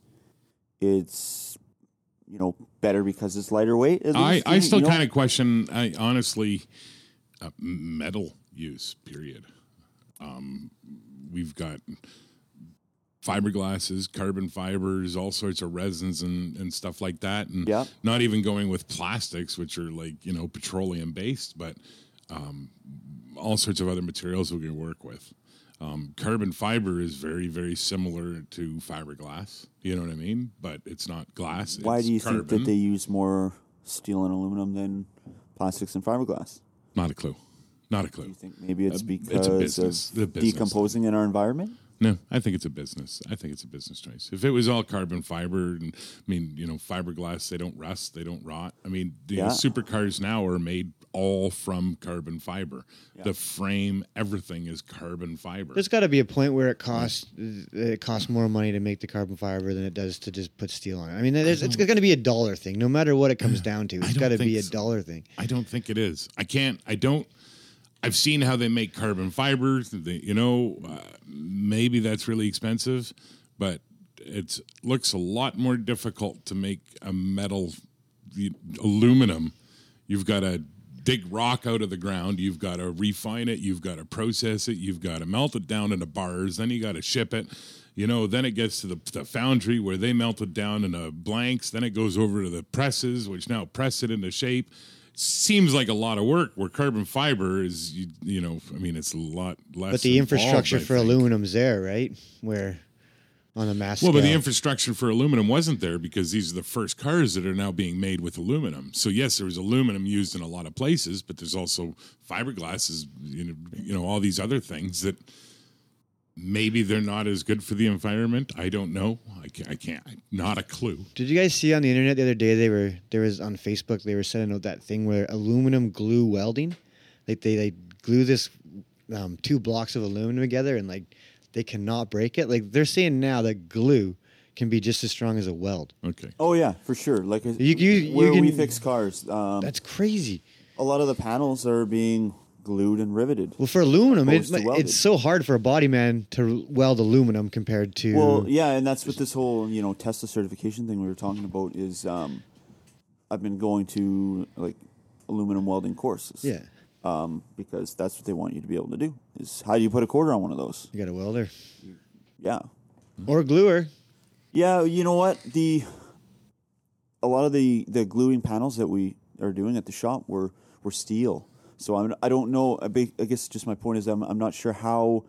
Speaker 3: it's you know better because it's lighter weight? at
Speaker 1: I,
Speaker 3: least?
Speaker 1: I
Speaker 3: You
Speaker 1: still
Speaker 3: know?
Speaker 1: kind of question. I honestly, uh, m- metal use. Period. Um, we've got fiberglasses, carbon fibers, all sorts of resins and, and stuff like that, and
Speaker 3: Yeah.
Speaker 1: not even going with plastics, which are like you know petroleum based, but um, all sorts of other materials we can work with. Um, carbon fiber is very, very similar to fiberglass. You know what I mean? But it's not glass.
Speaker 3: Why
Speaker 1: it's
Speaker 3: do you
Speaker 1: carbon.
Speaker 3: think that they use more steel and aluminum than plastics and fiberglass?
Speaker 1: Not a clue. Not a
Speaker 3: Do
Speaker 1: clue.
Speaker 3: you think maybe it's because
Speaker 1: business. The
Speaker 3: of
Speaker 1: business.
Speaker 3: decomposing in our environment?
Speaker 1: No, I think it's a business. I think it's a business choice. If it was all carbon fiber, and I mean, you know, fiberglass, they don't rust, they don't rot. I mean, the
Speaker 3: Yeah.
Speaker 1: supercars now are made all from carbon fiber. The frame, everything is carbon fiber.
Speaker 2: There's got to be a point where it costs uh, it costs more money to make the carbon fiber than it does to just put steel on it. I mean, there's, it's going to be a dollar thing, no matter what it comes down to. It's
Speaker 1: don't
Speaker 2: got to
Speaker 1: think
Speaker 2: be a
Speaker 1: so.
Speaker 2: dollar thing.
Speaker 1: I don't think it is. I can't. I don't. I've seen how they make carbon fibers. They, you know, uh, maybe that's really expensive, but it looks a lot more difficult to make a metal, the aluminum. You've got to dig rock out of the ground. You've got to refine it. You've got to process it. You've got to melt it down into bars. Then you got to ship it. You know, then it gets to the, the foundry where they melt it down into blanks. Then it goes over to the presses, which now press it into shape seems like a lot of work where carbon fiber is you, you know i mean it's a lot less
Speaker 2: But the
Speaker 1: involved,
Speaker 2: infrastructure
Speaker 1: I
Speaker 2: for
Speaker 1: think.
Speaker 2: aluminum's there, right? Where on a mass
Speaker 1: well but the
Speaker 2: scale.
Speaker 1: infrastructure for aluminum wasn't there because these are the first cars that are now being made with aluminum so yes there was aluminum used in a lot of places but there's also fiberglasses you know you know all these other things that maybe they're not as good for the environment i don't know i can't, I can't not a clue
Speaker 2: Did you guys see on the internet the other day? They were there was on Facebook. They were sending out that thing where aluminum glue welding, like they they glue this um, two blocks of aluminum together and like they cannot break it. Like they're saying now that glue can be just as strong as a weld.
Speaker 1: okay
Speaker 3: Oh yeah, for sure. Like I-
Speaker 2: You- you-
Speaker 3: where
Speaker 2: you can-
Speaker 3: we fix cars, um,
Speaker 2: That's crazy.
Speaker 3: a lot of the panels are being glued and riveted.
Speaker 2: Well, for aluminum, it,
Speaker 3: Opposed to welded.
Speaker 2: it's so hard for a body man to weld aluminum compared to.
Speaker 3: Well, yeah, and that's what this whole you know Tesla certification thing we were talking about is. Um, I've been going to like aluminum welding courses.
Speaker 2: Yeah.
Speaker 3: Um, because that's what they want you to be able to do is how do you put a quarter on one of those?
Speaker 2: you got a welder
Speaker 3: Yeah.
Speaker 1: Hmm.
Speaker 2: or a gluer.
Speaker 3: Yeah, you know what the. A lot of the the gluing panels that we are doing at the shop were were steel. So I'm, I don't know. I be- I guess just my point is I'm, I'm not sure how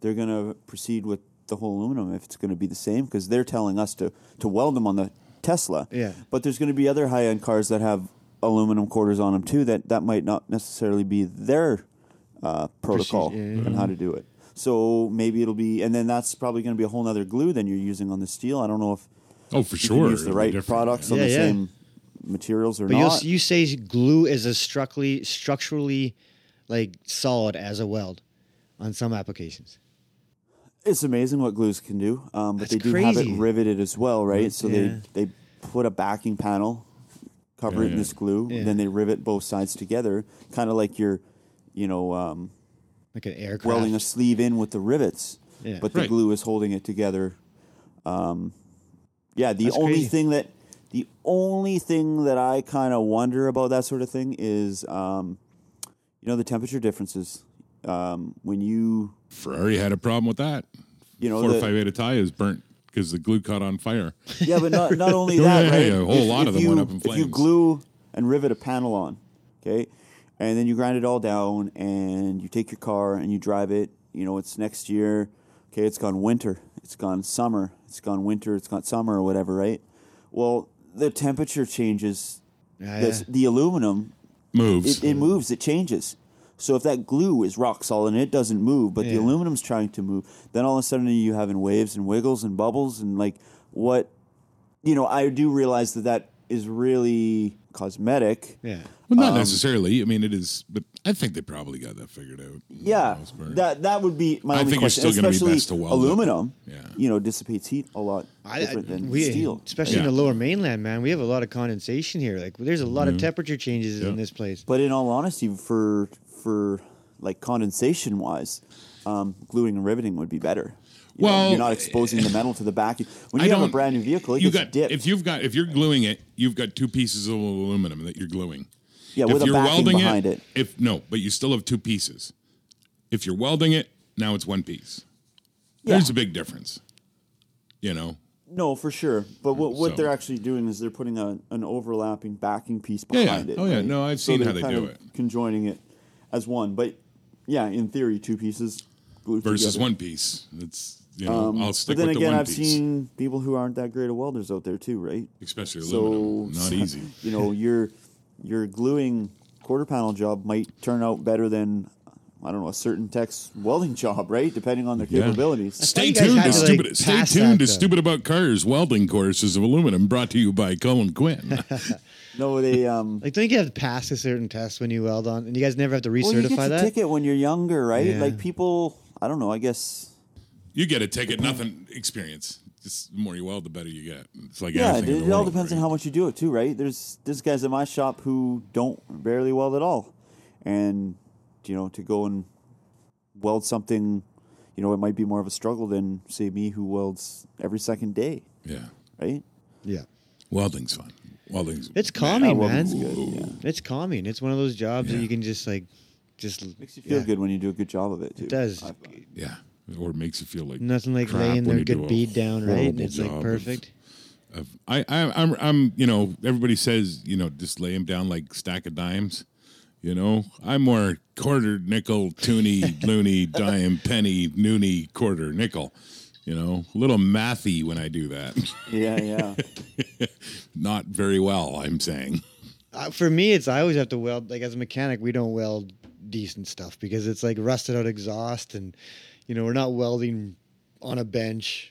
Speaker 3: they're going to proceed with the whole aluminum if it's going to be the same because they're telling us to, to weld them on the Tesla.
Speaker 2: Yeah.
Speaker 3: But there's going to be other high end cars that have aluminum quarters on them too that that might not necessarily be their uh, protocol
Speaker 2: Procedure,
Speaker 3: and how to do it. So maybe it'll be, and then that's probably going to be a whole other glue than you're using on the steel. I don't know if
Speaker 1: Oh, for
Speaker 3: you
Speaker 1: sure.
Speaker 3: can use the
Speaker 1: It'll be
Speaker 3: right
Speaker 1: different,
Speaker 3: products
Speaker 1: yeah.
Speaker 3: on
Speaker 2: Yeah,
Speaker 3: the
Speaker 2: yeah.
Speaker 3: same materials or
Speaker 2: But you'll,
Speaker 3: not.
Speaker 2: s- you say glue is as structurally structurally like solid as a weld on some applications.
Speaker 3: it's amazing what glues can do, um, but
Speaker 2: That's
Speaker 3: they do have
Speaker 2: crazy.
Speaker 3: it riveted as well, right? So
Speaker 2: Yeah.
Speaker 3: they they put a backing panel, cover it in
Speaker 1: Yeah.
Speaker 3: this glue,
Speaker 2: Yeah.
Speaker 3: and then they rivet both sides together, kind of like you're, you know, um,
Speaker 2: Like an aircraft.
Speaker 3: welding a sleeve in with the rivets,
Speaker 2: Yeah.
Speaker 3: but the
Speaker 1: Right.
Speaker 3: glue is holding it together. Um, yeah, the
Speaker 2: That's
Speaker 3: only
Speaker 2: crazy.
Speaker 3: thing that the only thing that I kind of wonder about that sort of thing is, um, you know, the temperature differences um, when you
Speaker 1: Ferrari had a problem with that.
Speaker 3: you know
Speaker 1: Four
Speaker 3: the-
Speaker 1: or five eight tie is burnt because the glue caught on fire.
Speaker 3: Yeah, but not, not only
Speaker 1: Yeah,
Speaker 3: that,
Speaker 1: yeah,
Speaker 3: right?
Speaker 1: yeah, a whole lot of them
Speaker 3: you,
Speaker 1: went up in
Speaker 3: If you
Speaker 1: flames.
Speaker 3: glue and rivet a panel on, okay, and then you grind it all down, and you take your car and you drive it. You know, it's next year. Okay, it's gone winter. It's gone summer. It's gone winter. It's gone summer or whatever, right? Well, the temperature changes.
Speaker 2: Yeah,
Speaker 3: This-
Speaker 2: yeah.
Speaker 3: The aluminum
Speaker 1: Moves.
Speaker 3: it, it moves, it changes. So if that glue is rock solid and it doesn't move, but
Speaker 2: Yeah.
Speaker 3: the aluminum's trying to move, then all of a sudden you having waves and wiggles and bubbles and like what, you know, I do realize that that is really cosmetic.
Speaker 2: Yeah.
Speaker 1: well,
Speaker 3: um,
Speaker 1: not necessarily. I mean, it is, but I think they probably got that figured out. for the
Speaker 3: Yeah,
Speaker 1: most part.
Speaker 3: that that would be my
Speaker 1: I
Speaker 3: only
Speaker 1: think it's
Speaker 3: question.
Speaker 1: still gonna be
Speaker 3: Especially
Speaker 1: best to weld it.
Speaker 3: aluminum,
Speaker 1: Yeah.
Speaker 3: you know, dissipates heat a lot
Speaker 2: I, I,
Speaker 3: different than
Speaker 2: we,
Speaker 3: steel.
Speaker 2: especially in
Speaker 1: Yeah.
Speaker 2: the lower mainland, man, we have a lot of condensation here. Like, there's a lot
Speaker 1: Mm-hmm.
Speaker 2: of temperature changes in this place.
Speaker 3: But in all honesty, for for like condensation wise, um, gluing and riveting would be better. You know,
Speaker 1: Well,
Speaker 3: you're not exposing the metal to the back. When
Speaker 1: I
Speaker 3: you have a
Speaker 1: don't-
Speaker 3: brand new vehicle, it
Speaker 1: you
Speaker 3: gets
Speaker 1: got
Speaker 3: dipped.
Speaker 1: if you've got if you're gluing it, you've got two pieces of aluminum that you're gluing.
Speaker 3: Yeah,
Speaker 1: if
Speaker 3: with a
Speaker 1: you're
Speaker 3: backing
Speaker 1: welding
Speaker 3: behind it.
Speaker 1: If no, but you still have two pieces. If you're welding it, now it's one piece. There's a big difference. You know,
Speaker 3: no, for sure. But what,
Speaker 1: Mm,
Speaker 3: what
Speaker 1: So-
Speaker 3: they're actually doing is they're putting a, an overlapping backing piece
Speaker 1: yeah.
Speaker 3: behind it.
Speaker 1: Oh, yeah. No, I've
Speaker 3: So
Speaker 1: seen how
Speaker 3: they're
Speaker 1: they
Speaker 3: kind
Speaker 1: do
Speaker 3: of
Speaker 1: it.
Speaker 3: Conjoining it as one, but yeah, in theory, two pieces glued
Speaker 1: versus
Speaker 3: together.
Speaker 1: one piece. It's you know, I'll stick
Speaker 3: Um, But then
Speaker 1: with
Speaker 3: again,
Speaker 1: the one
Speaker 3: I've
Speaker 1: piece.
Speaker 3: seen people who aren't that great at welders out there too, right?
Speaker 1: Especially
Speaker 3: so
Speaker 1: aluminum, not easy.
Speaker 3: you know your your gluing quarter panel job might turn out better than i don't know a certain tech's welding job right depending on their
Speaker 1: Yeah.
Speaker 3: capabilities
Speaker 2: thought
Speaker 1: Stay
Speaker 2: you guys
Speaker 1: tuned
Speaker 2: had
Speaker 1: to
Speaker 2: to, like,
Speaker 1: stupid. Stay
Speaker 2: pass
Speaker 1: tuned
Speaker 2: that,
Speaker 1: to
Speaker 2: though.
Speaker 1: stupid about cars welding courses of aluminum. Brought to you by Colin Quinn.
Speaker 3: no they um
Speaker 2: Like, don't you have to pass a certain test when you weld on? And you guys never have to
Speaker 3: well
Speaker 2: recertify
Speaker 3: you get your
Speaker 2: that?
Speaker 3: ticket when you're younger right
Speaker 2: Yeah.
Speaker 3: like people i don't know i guess
Speaker 1: you get a ticket, nothing experience. Just the more you weld, the better you get. It's like
Speaker 3: yeah it,
Speaker 1: anything in the
Speaker 3: it all
Speaker 1: world,
Speaker 3: depends on
Speaker 1: right?
Speaker 3: how much you do it too right there's there's guys at my shop who don't barely weld at all and you know to go and weld something you know it might be more of a struggle than say me who welds every second day
Speaker 1: Yeah,
Speaker 3: right?
Speaker 2: yeah.
Speaker 1: welding's fun. Welding's
Speaker 2: It's
Speaker 3: Yeah,
Speaker 2: calming, man.
Speaker 3: welding's good. Yeah.
Speaker 2: It's calming. It's one of those jobs that
Speaker 1: Yeah.
Speaker 2: you can just, like, just.
Speaker 3: Makes you feel good when you do a good job of it. Too.
Speaker 2: It does.
Speaker 3: I've-
Speaker 1: yeah, or it makes you feel like
Speaker 2: Nothing like
Speaker 1: crap
Speaker 2: laying
Speaker 1: when
Speaker 2: their
Speaker 1: you do
Speaker 2: good
Speaker 1: a
Speaker 2: bead down, right? And
Speaker 1: horrible
Speaker 2: it's, like,
Speaker 1: job of-
Speaker 2: perfect.
Speaker 1: of- I, I I'm I'm you know everybody says you know just lay them down like stack of dimes. You know, I'm more quarter nickel, toonie, loony, dime, penny, noonie, quarter nickel. You know, a little mathy when I do that.
Speaker 3: yeah, yeah.
Speaker 1: Not very well, I'm saying.
Speaker 2: Uh, for me, it's I always have to weld. Like as a mechanic, we don't weld decent stuff because it's like rusted out exhaust, and you know we're not welding on a bench,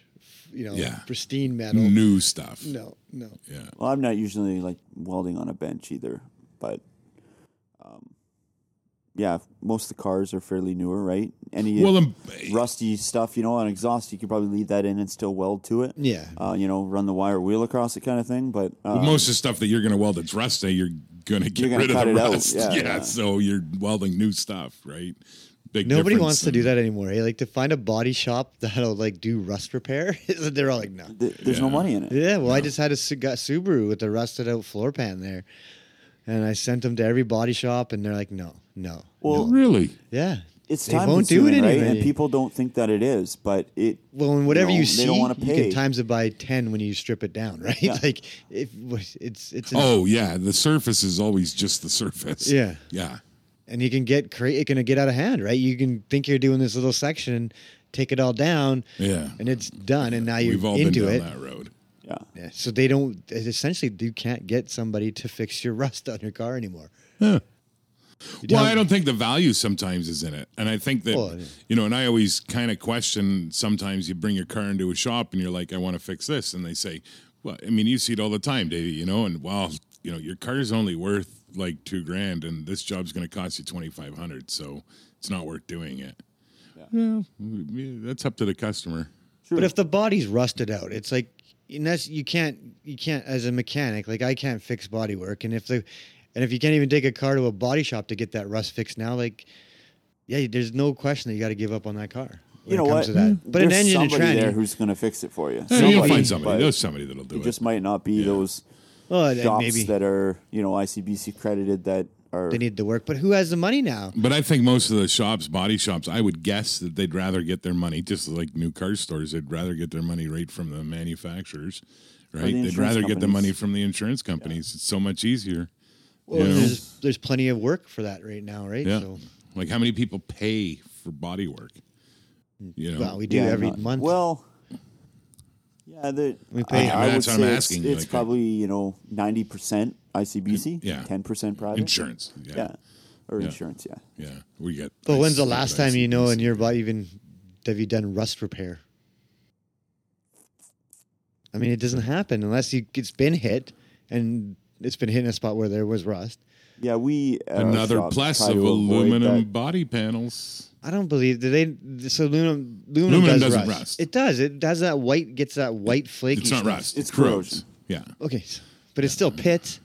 Speaker 2: you know,
Speaker 1: Yeah.
Speaker 2: pristine metal.
Speaker 1: New stuff.
Speaker 2: No, no.
Speaker 1: Yeah.
Speaker 3: Well, I'm not usually like welding on a bench either, but um, yeah, most of the cars are fairly newer, right? Any
Speaker 1: Well, um,
Speaker 3: rusty stuff, you know, on exhaust, you could probably leave that in and still weld to it.
Speaker 2: Yeah.
Speaker 3: Uh, you know, run the wire wheel across it, kind of thing. But uh,
Speaker 1: most of the stuff that you're going to weld that's rusty, you're going to get
Speaker 3: You're gonna
Speaker 1: rid of
Speaker 3: cut
Speaker 1: the
Speaker 3: it out.
Speaker 1: rust.
Speaker 3: Yeah,
Speaker 1: Yeah,
Speaker 3: yeah.
Speaker 1: So you're welding new stuff, right? Big
Speaker 2: Nobody
Speaker 1: difference
Speaker 2: wants to
Speaker 1: in-
Speaker 2: do that anymore. Hey, like to find a body shop that'll like do rust repair. They're all like, no.
Speaker 3: th- there's no
Speaker 1: Yeah.
Speaker 3: money in it.
Speaker 2: Yeah, well, I just had a Su- got Subaru with a rusted out floor pan there, and I sent them to every body shop, and they're like, no, no.
Speaker 3: Well,
Speaker 1: Really?
Speaker 2: Yeah,
Speaker 3: it's
Speaker 2: They
Speaker 3: time
Speaker 2: won't do it
Speaker 3: consuming, right?
Speaker 2: anyway.
Speaker 3: And people don't think that it is, but it.
Speaker 2: Well, and whatever
Speaker 3: know,
Speaker 2: you
Speaker 3: they
Speaker 2: see,
Speaker 3: don't
Speaker 2: you
Speaker 3: wanna
Speaker 2: can
Speaker 3: pay.
Speaker 2: times it by ten when you strip it down, right?
Speaker 3: Yeah.
Speaker 2: Like if it's it's an-
Speaker 1: Oh yeah, the surface is always just the surface.
Speaker 2: Yeah.
Speaker 1: yeah.
Speaker 2: and you can get cra- it can get out of hand, right? You can think you're doing this little section, take it all down,
Speaker 1: Yeah.
Speaker 2: and it's done, and now you're
Speaker 1: We've all
Speaker 2: into
Speaker 1: been
Speaker 2: it.
Speaker 1: down that road.
Speaker 3: Yeah.
Speaker 2: Yeah, So they don't essentially you can't get somebody to fix your rust on your car anymore.
Speaker 1: Well,
Speaker 2: don't-
Speaker 1: I don't think the value sometimes is in it. And I think that,
Speaker 2: Well, yeah.
Speaker 1: you know, and I always kind of question sometimes you bring your car into a shop and you're like, I want to fix this. And they say, well, I mean, you see it all the time, Davey, you know, and well, you know, your car's only worth like two grand and this job's going to cost you 2500 So it's not worth doing it. Well, yeah, that's up to the customer.
Speaker 3: Hmm.
Speaker 2: But if the body's rusted out, it's like and that's you can't you can't as a mechanic like I can't fix body work, and if the and if you can't even take a car to a body shop to get that rust fixed now, like yeah, there's no question that you got to give up on that car. when
Speaker 3: You know
Speaker 2: it
Speaker 3: what?
Speaker 2: comes to that. But an
Speaker 3: There's
Speaker 2: engine and
Speaker 3: somebody
Speaker 2: tranny,
Speaker 3: there who's going to fix it for you.
Speaker 1: Yeah, you'll
Speaker 3: Somebody,
Speaker 1: find somebody.
Speaker 3: but
Speaker 1: There's somebody that'll do
Speaker 3: It
Speaker 1: it.
Speaker 3: just might not be those
Speaker 2: well, then
Speaker 3: shops
Speaker 2: maybe
Speaker 3: that are you know ICBC credited that are.
Speaker 2: they need the work, but who has the money now?
Speaker 1: But I think most of the shops, body shops, I would guess that they'd rather get their money, just like new car stores, they'd rather get their money right from the manufacturers, right?
Speaker 3: the
Speaker 1: they'd
Speaker 3: insurance
Speaker 1: rather get the
Speaker 3: companies.
Speaker 1: money from the insurance companies. It's so much easier.
Speaker 2: Well,
Speaker 1: you know?
Speaker 2: there's there's plenty of work for that right now, right?
Speaker 1: Yeah.
Speaker 2: So
Speaker 1: Like how many people pay for body work? You know,
Speaker 2: well, we do
Speaker 3: Yeah,
Speaker 2: every
Speaker 3: not-
Speaker 2: month.
Speaker 3: Well, yeah, the,
Speaker 2: We pay-
Speaker 3: I, I would
Speaker 1: That's
Speaker 3: say
Speaker 1: what I'm
Speaker 3: it's,
Speaker 1: asking,
Speaker 3: it's
Speaker 1: like- uh,
Speaker 3: probably you know ninety percent ICBC,
Speaker 1: Yeah.
Speaker 3: ten percent private
Speaker 1: insurance. Yeah.
Speaker 3: yeah,
Speaker 1: Yeah.
Speaker 3: or insurance, yeah.
Speaker 1: We get.
Speaker 2: but when's the
Speaker 1: I-
Speaker 2: last
Speaker 1: I-
Speaker 2: time you know
Speaker 1: I-
Speaker 2: in your body even have you done rust repair? I mean, it doesn't happen unless you it's been hit and it's been hit in a spot where there was rust.
Speaker 3: Yeah, we at our
Speaker 1: Another
Speaker 3: shop
Speaker 1: plus
Speaker 3: try
Speaker 1: of
Speaker 3: to avoid
Speaker 1: aluminum
Speaker 3: that.
Speaker 1: body panels.
Speaker 2: I don't believe that they. So aluminum, aluminum,
Speaker 1: Aluminum
Speaker 2: does
Speaker 1: doesn't
Speaker 2: rust.
Speaker 1: rust.
Speaker 2: It does. It does that white. Gets that white flaky.
Speaker 1: It's not
Speaker 2: stuff.
Speaker 1: rust.
Speaker 3: It's
Speaker 1: it corrodes.
Speaker 3: corrosion.
Speaker 1: Yeah.
Speaker 2: Okay, s- but it's still pits,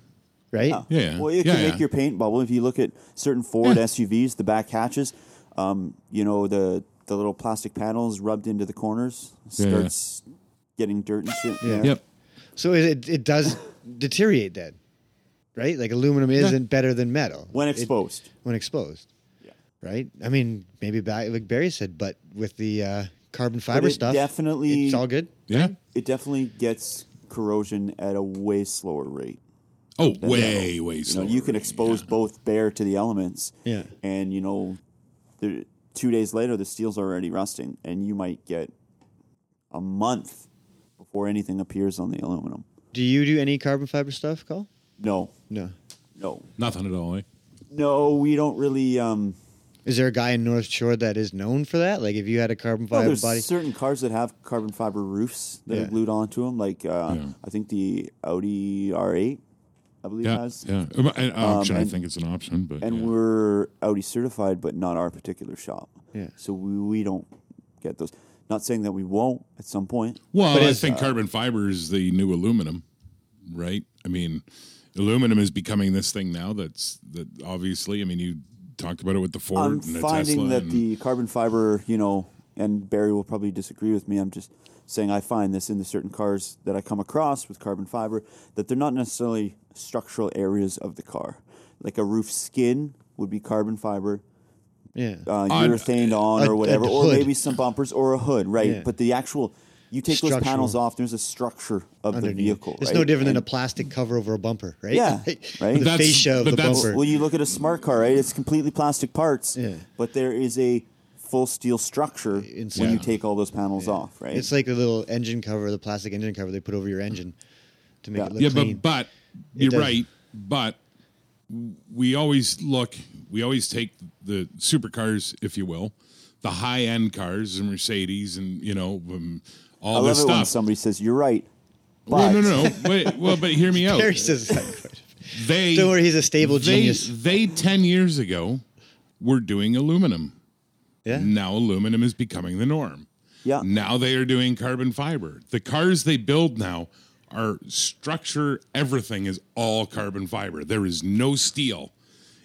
Speaker 2: right?
Speaker 3: Oh.
Speaker 1: Yeah.
Speaker 3: Well, it
Speaker 1: Yeah,
Speaker 3: can
Speaker 1: yeah.
Speaker 3: make your paint bubble. If you look at certain Ford SUVs, the back hatches, um, you know the the little plastic panels rubbed into the corners starts getting dirt and shit. in there.
Speaker 1: Yep.
Speaker 2: So it, it it does deteriorate then, right? Like aluminum isn't better than metal
Speaker 3: when
Speaker 2: It-
Speaker 3: exposed.
Speaker 2: when exposed, right? I mean, maybe back like Barry said, but with the uh, carbon fiber
Speaker 3: it
Speaker 2: stuff,
Speaker 3: definitely-
Speaker 2: it's all good.
Speaker 1: Yeah.
Speaker 3: it definitely gets corrosion at a way slower rate.
Speaker 1: Oh,
Speaker 3: than metal.
Speaker 1: way, way
Speaker 3: You know,
Speaker 1: slower.
Speaker 3: you can expose both bare to the elements.
Speaker 2: Yeah.
Speaker 3: And you know, the, two days later the steel's already rusting, and you might get a month before anything appears on the aluminum.
Speaker 2: Do you do any carbon fiber stuff, Cole?
Speaker 3: No,
Speaker 2: No.
Speaker 3: no,
Speaker 1: Nothing at all. Eh?
Speaker 3: no. We don't really. Um,
Speaker 2: Is there a guy in North Shore that is known for that? Like, if you had a carbon
Speaker 3: well,
Speaker 2: fiber
Speaker 3: there's
Speaker 2: body,
Speaker 3: certain cars that have carbon fiber roofs that
Speaker 2: Yeah.
Speaker 3: are glued onto them. Like uh, I think the Audi R8, I believe
Speaker 1: Yeah,
Speaker 3: has.
Speaker 1: yeah. Um, An option. I
Speaker 3: and-
Speaker 1: think it's an option, but
Speaker 3: and
Speaker 1: yeah.
Speaker 3: we're Audi certified, but not our particular shop.
Speaker 2: Yeah.
Speaker 3: So we, we don't get those. Not saying that we won't at some point.
Speaker 1: well,
Speaker 2: But
Speaker 1: I
Speaker 2: it's,
Speaker 3: uh,
Speaker 1: think carbon fiber is the new aluminum, right? I mean, aluminum is becoming this thing now. That's that obviously. I mean, you talked about it with the Ford
Speaker 3: I'm
Speaker 1: and the
Speaker 3: finding
Speaker 1: Tesla.
Speaker 3: that
Speaker 1: and-
Speaker 3: the carbon fiber, you know, and Barry will probably disagree with me. I'm just saying I find this in the certain cars that I come across with carbon fiber that they're not necessarily structural areas of the car. Like a roof skin would be carbon fiber,
Speaker 2: yeah.
Speaker 3: uh,
Speaker 1: On-
Speaker 3: urethaned on
Speaker 2: a-
Speaker 3: or
Speaker 2: a
Speaker 3: whatever, or
Speaker 2: hood.
Speaker 3: maybe some bumpers or a hood, right?
Speaker 2: Yeah.
Speaker 3: But the actual, you take
Speaker 2: Structural.
Speaker 3: those panels off, there's a structure of the vehicle.
Speaker 2: It's
Speaker 3: right?
Speaker 2: no different
Speaker 3: And-
Speaker 2: than a plastic cover over a bumper, right?
Speaker 3: Yeah,
Speaker 2: Like,
Speaker 3: right?
Speaker 2: The
Speaker 1: That's-
Speaker 2: fascia of
Speaker 1: but
Speaker 2: the
Speaker 1: that's-
Speaker 2: bumper.
Speaker 3: Well, you look at a smart car, right? It's completely plastic parts,
Speaker 2: Yeah.
Speaker 3: but there is a full steel structure
Speaker 2: Inside.
Speaker 3: when you
Speaker 2: Yeah.
Speaker 3: take all those panels off, right?
Speaker 2: It's like the little engine cover, the plastic engine cover they put over your engine to make
Speaker 3: Yeah.
Speaker 2: it look
Speaker 1: yeah,
Speaker 2: clean.
Speaker 1: but but you're
Speaker 2: does.
Speaker 1: right. But we always look. We always take the supercars, if you will, the high end cars and Mercedes, and you know. Um, all
Speaker 3: I love
Speaker 1: this
Speaker 3: it when
Speaker 1: stuff.
Speaker 3: somebody says, "You're right."
Speaker 1: well, no,
Speaker 3: But
Speaker 1: no, no. Wait, well, but hear me out.
Speaker 2: Barry says that.
Speaker 1: They
Speaker 2: Don't worry, he's a stable
Speaker 1: they,
Speaker 2: genius.
Speaker 1: They ten years ago were doing aluminum.
Speaker 2: Yeah.
Speaker 1: Now aluminum is becoming the norm.
Speaker 3: Yeah.
Speaker 1: Now they are doing carbon fiber. The cars they build now are structure, everything is all carbon fiber. There is no steel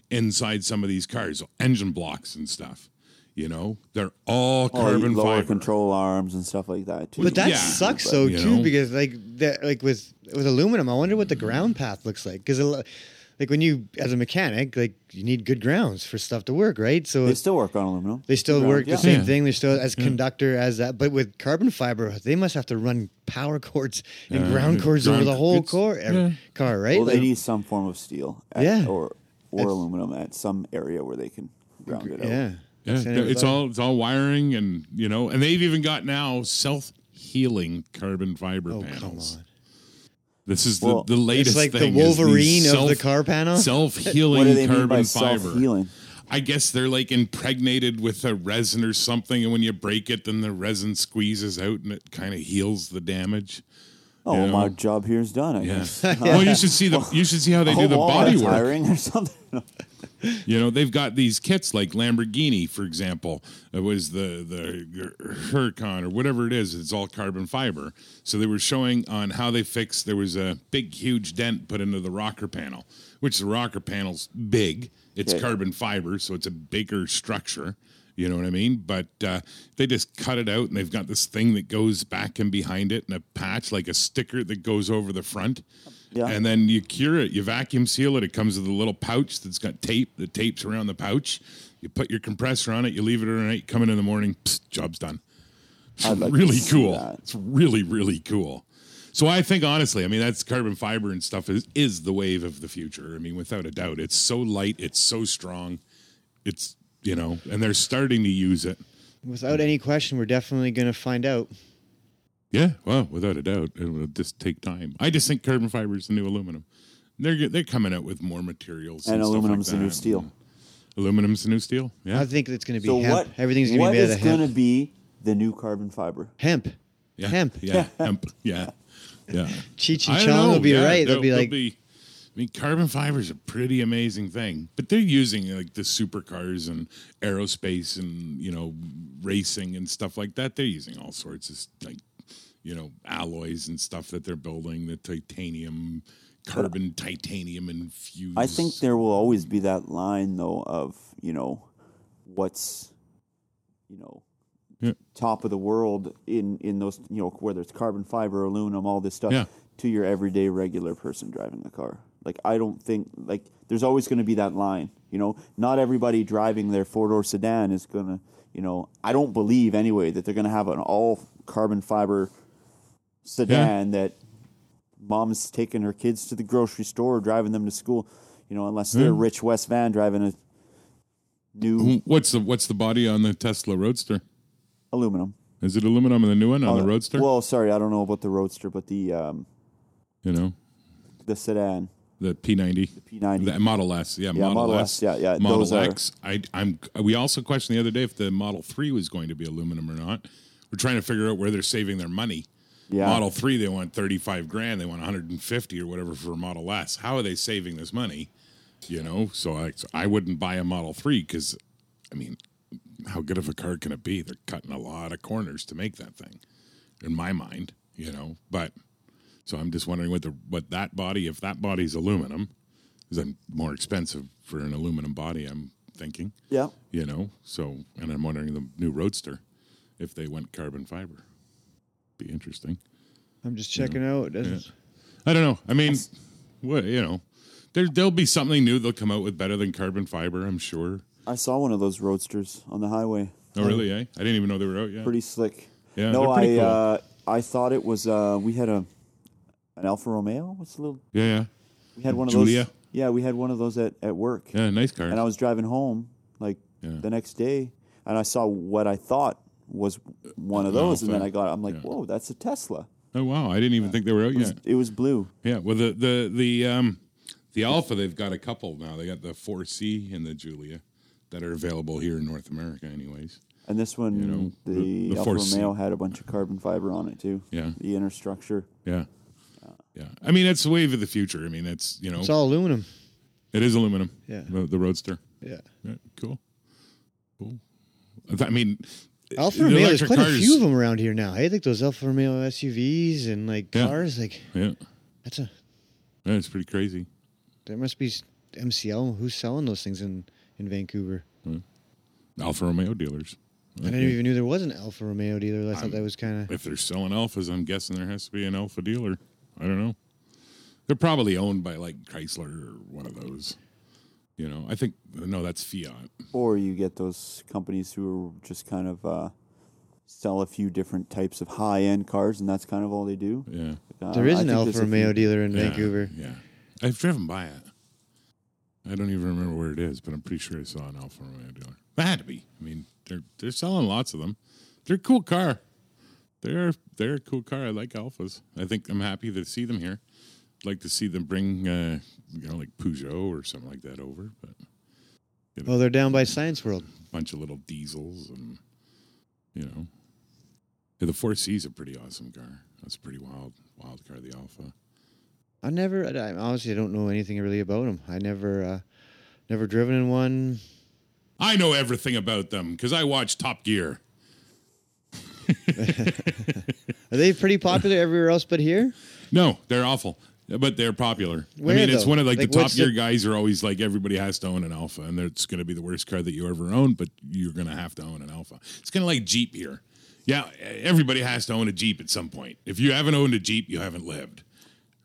Speaker 1: inside some of these cars, engine blocks and stuff. You know, they're all
Speaker 3: All
Speaker 1: carbon
Speaker 3: Oh, lower
Speaker 1: fiber.
Speaker 3: control arms and stuff like that. Too.
Speaker 2: But that
Speaker 1: Yeah,
Speaker 2: sucks
Speaker 1: but,
Speaker 2: though
Speaker 1: you
Speaker 2: too,
Speaker 1: know.
Speaker 2: because like that, like with with aluminum, I wonder what the ground path looks like. Because like when you as a mechanic, like you need good grounds for stuff to work, right? So
Speaker 3: They still work on aluminum.
Speaker 2: they still
Speaker 3: Ground,
Speaker 2: work
Speaker 3: yeah.
Speaker 2: the same
Speaker 1: Yeah.
Speaker 2: thing. They're still as conductor as that, but with carbon fiber, they must have to run power cords and
Speaker 1: Yeah,
Speaker 2: ground
Speaker 1: the
Speaker 2: cords over
Speaker 1: ground-
Speaker 2: the whole
Speaker 1: it's-
Speaker 2: core
Speaker 1: yeah.
Speaker 2: car, right?
Speaker 3: Well, they
Speaker 2: Like-
Speaker 3: need some form of steel, at,
Speaker 2: Yeah.
Speaker 3: or or
Speaker 2: It's-
Speaker 3: aluminum at some area where they can ground it out.
Speaker 2: yeah,
Speaker 1: Yeah,
Speaker 2: That's another
Speaker 1: it's
Speaker 2: thought.
Speaker 1: all it's all wiring, and you know, and they've even got now self healing carbon fiber
Speaker 2: Oh
Speaker 1: panels.
Speaker 2: come on!
Speaker 1: This is
Speaker 3: Well,
Speaker 1: the, the latest
Speaker 2: It's like the
Speaker 1: thing. is these
Speaker 2: Wolverine of the
Speaker 1: self-
Speaker 2: car panel.
Speaker 1: Self-healing
Speaker 3: What do they
Speaker 1: carbon
Speaker 3: mean by
Speaker 1: fiber.
Speaker 3: self-healing?
Speaker 1: I guess they're like impregnated with a resin or something, and when you break it, then the resin squeezes out and it kind of heals the damage.
Speaker 3: Oh, well,
Speaker 1: Yeah.
Speaker 3: my job here is done. I
Speaker 1: Yeah.
Speaker 3: guess.
Speaker 1: well, you should see the you should see how they do the
Speaker 3: Home
Speaker 1: body
Speaker 3: office
Speaker 1: work.
Speaker 3: hiring or something.
Speaker 1: You know, they've got these kits like Lamborghini, for example. It was the the Huracan or whatever it is. It's all carbon fiber. So they were showing on how they fix. There was a big, huge dent put into the rocker panel, which the rocker panel's big. It's
Speaker 3: Okay.
Speaker 1: carbon fiber, so it's a bigger structure. You know what I mean? But uh, they just cut it out, and they've got this thing that goes back and behind it, and a patch like a sticker that goes over the front.
Speaker 3: Yeah.
Speaker 1: And then you cure it, you vacuum seal it. It comes with a little pouch that's got tape. The tape's around the pouch. You put your compressor on it, you leave it overnight, come in in the morning, psst, job's done.
Speaker 3: I'd like to
Speaker 1: really
Speaker 3: see
Speaker 1: cool.
Speaker 3: that.
Speaker 1: It's really, really cool. So I think honestly, I mean that's carbon fiber and stuff is is the wave of the future. I mean, without a doubt. It's so light, it's so strong. It's you know, and they're starting to use it.
Speaker 2: Without any question, we're definitely going to find out.
Speaker 1: Yeah, well, without a doubt, it will just take time. I just think carbon fiber is the new aluminum. They're get- they're coming out with more materials, and,
Speaker 3: And
Speaker 1: stuff like
Speaker 3: aluminum's the new
Speaker 1: that.
Speaker 3: steel.
Speaker 1: Aluminum's the new steel. Yeah,
Speaker 2: I think it's going to be
Speaker 3: So
Speaker 2: hemp.
Speaker 3: what?
Speaker 2: Everything's going to
Speaker 3: what
Speaker 2: be made out of
Speaker 3: is going
Speaker 2: hemp.
Speaker 3: to be the new carbon fiber?
Speaker 2: hemp.
Speaker 1: yeah,
Speaker 2: Hemp.
Speaker 1: Yeah, hemp. Yeah, yeah.
Speaker 2: Cheech
Speaker 1: I
Speaker 2: and
Speaker 1: don't
Speaker 2: Chong
Speaker 1: know,
Speaker 2: will be
Speaker 1: yeah,
Speaker 2: right. They'll be like,
Speaker 1: I mean, carbon fiber is a pretty amazing thing, but they're using like the supercars and aerospace and you know racing and stuff like that. They're using all sorts of like you know alloys and stuff that they're building, the titanium, carbon titanium infused.
Speaker 3: I think there will always be that line though of you know what's you know
Speaker 1: Yeah.
Speaker 3: top of the world in in those you know whether it's carbon fiber aluminum all this stuff
Speaker 1: Yeah.
Speaker 3: to your everyday regular person driving a car like i don't think like there's always going to be that line you know not everybody driving their four-door sedan is going to you know i don't believe anyway that they're going to have an all carbon fiber sedan that mom's taking her kids to the grocery store, driving them to school, you know, unless they're
Speaker 1: Hmm.
Speaker 3: rich West van driving a new
Speaker 1: what's the what's the body on the Tesla Roadster?
Speaker 3: aluminum.
Speaker 1: Is it aluminum in the new one on the Roadster?
Speaker 3: Uh, Well, sorry, I don't know about the Roadster, but the um,
Speaker 1: you know,
Speaker 3: the sedan,
Speaker 1: the P90.
Speaker 3: P90.
Speaker 1: The Model S, yeah, Model,
Speaker 3: Model
Speaker 1: S,
Speaker 3: S, yeah, yeah,
Speaker 1: Model
Speaker 3: those are-
Speaker 1: X. I, I'm. We also questioned the other day if the Model Three was going to be aluminum or not. We're trying to figure out where they're saving their money.
Speaker 3: Yeah.
Speaker 1: Model Three, they want thirty-five grand. They want one hundred and fifty or whatever for a Model S. How are they saving this money? You know, so I, so I wouldn't buy a Model Three because, I mean, how good of a car can it be? They're cutting a lot of corners to make that thing, in my mind. You know, but so I'm just wondering what the what that body, if that body's aluminum, is I'm more expensive for an aluminum body. I'm thinking,
Speaker 3: yeah,
Speaker 1: you know. So, and I'm wondering the new Roadster, if they went carbon fiber, be interesting.
Speaker 2: I'm just checking out. Doesn't-
Speaker 1: I don't know. I mean, what you know, there there'll be something new they'll come out with better than carbon fiber. I'm sure.
Speaker 3: I saw one of those Roadsters on the highway.
Speaker 1: Oh, really? Eh? I didn't even know they were out yet.
Speaker 3: Pretty slick.
Speaker 1: Yeah,
Speaker 3: no,
Speaker 1: they're pretty
Speaker 3: I
Speaker 1: cool.
Speaker 3: uh, I thought it was uh, we had a an Alfa Romeo. What's the little?
Speaker 1: yeah, yeah,
Speaker 3: We had one of
Speaker 1: Giulia?
Speaker 3: those. Yeah, we had one of those at at work.
Speaker 1: yeah. Nice car.
Speaker 3: and I was driving home like the next day, and I saw what I thought was one of those, and then I got I'm like, whoa, that's a Tesla.
Speaker 1: oh wow, I didn't even think they were out yet.
Speaker 3: It was blue.
Speaker 1: Yeah. Well, the the the um the Alpha they've got a couple now. They got the four C and the Julia that are available here in North America, anyways.
Speaker 3: And this one,
Speaker 1: know, the-
Speaker 3: the,
Speaker 1: the
Speaker 3: Alfa
Speaker 1: Force-
Speaker 3: Romeo had a bunch of carbon fiber on it too.
Speaker 1: Yeah.
Speaker 3: the inner structure.
Speaker 1: Yeah. Yeah. I mean, that's the wave of the future. I mean, that's you know,
Speaker 2: It's all aluminum.
Speaker 1: it is aluminum.
Speaker 2: Yeah.
Speaker 1: The, the Roadster.
Speaker 2: Yeah.
Speaker 1: Yeah, cool. Cool. I th- I mean,
Speaker 2: Alfa
Speaker 1: the
Speaker 2: Romeo, there's
Speaker 1: electric
Speaker 2: quite a
Speaker 1: cars-
Speaker 2: few of them around here now. Hey, like those Alfa Romeo SUVs and like
Speaker 1: Yeah.
Speaker 2: cars. Like
Speaker 1: yeah,
Speaker 2: that's a
Speaker 1: yeah, it's pretty crazy.
Speaker 2: there must be s- MCL who's selling those things in in Vancouver.
Speaker 1: Alfa Romeo dealers.
Speaker 2: I didn't even knew there was an Alfa Romeo dealer. I thought that was kind of
Speaker 1: If they're selling alphas, I'm guessing there has to be an alpha dealer. I don't know. They're probably owned by like Chrysler or one of those. You know, I think no, that's Fiat.
Speaker 3: Or you get those companies who are just kind of uh, sell a few different types of high end cars, and that's kind of all they do.
Speaker 1: Yeah,
Speaker 3: Uh,
Speaker 2: There is
Speaker 3: I
Speaker 2: an
Speaker 3: think there's
Speaker 2: Alfa
Speaker 3: a few-
Speaker 2: Romeo dealer in
Speaker 1: Yeah,
Speaker 2: Vancouver.
Speaker 1: Yeah, I've driven by it. I don't even remember where it is, but I'm pretty sure I saw an Alfa Romeo dealer. That had to be. I mean, they're they're selling lots of them. They're a cool car. They're they're a cool car. I like Alfas. I think I'm happy to see them here. I'd like to see them bring uh, you know like Peugeot or something like that over, but
Speaker 2: Oh, they're down by Science World.
Speaker 1: bunch of little diesels and you know the four C's a pretty awesome car. That's a pretty wild wild car, the Alpha.
Speaker 2: I never, I I honestly don't know anything really about them. I never, uh, never driven in one.
Speaker 1: I know everything about them because I watch Top Gear.
Speaker 2: Are they pretty popular everywhere else but here?
Speaker 1: No, they're awful, but they're popular.
Speaker 2: Where,
Speaker 1: I mean, it's
Speaker 2: though?
Speaker 1: one of like,
Speaker 2: Like,
Speaker 1: the Top
Speaker 2: what's
Speaker 1: Gear
Speaker 2: the-
Speaker 1: guys are always like everybody has to own an Alpha, and it's going to be the worst car that you ever own, but you're going to have to own an Alpha. It's kind of like Jeep here. Yeah, everybody has to own a Jeep at some point. If you haven't owned a Jeep, you haven't lived,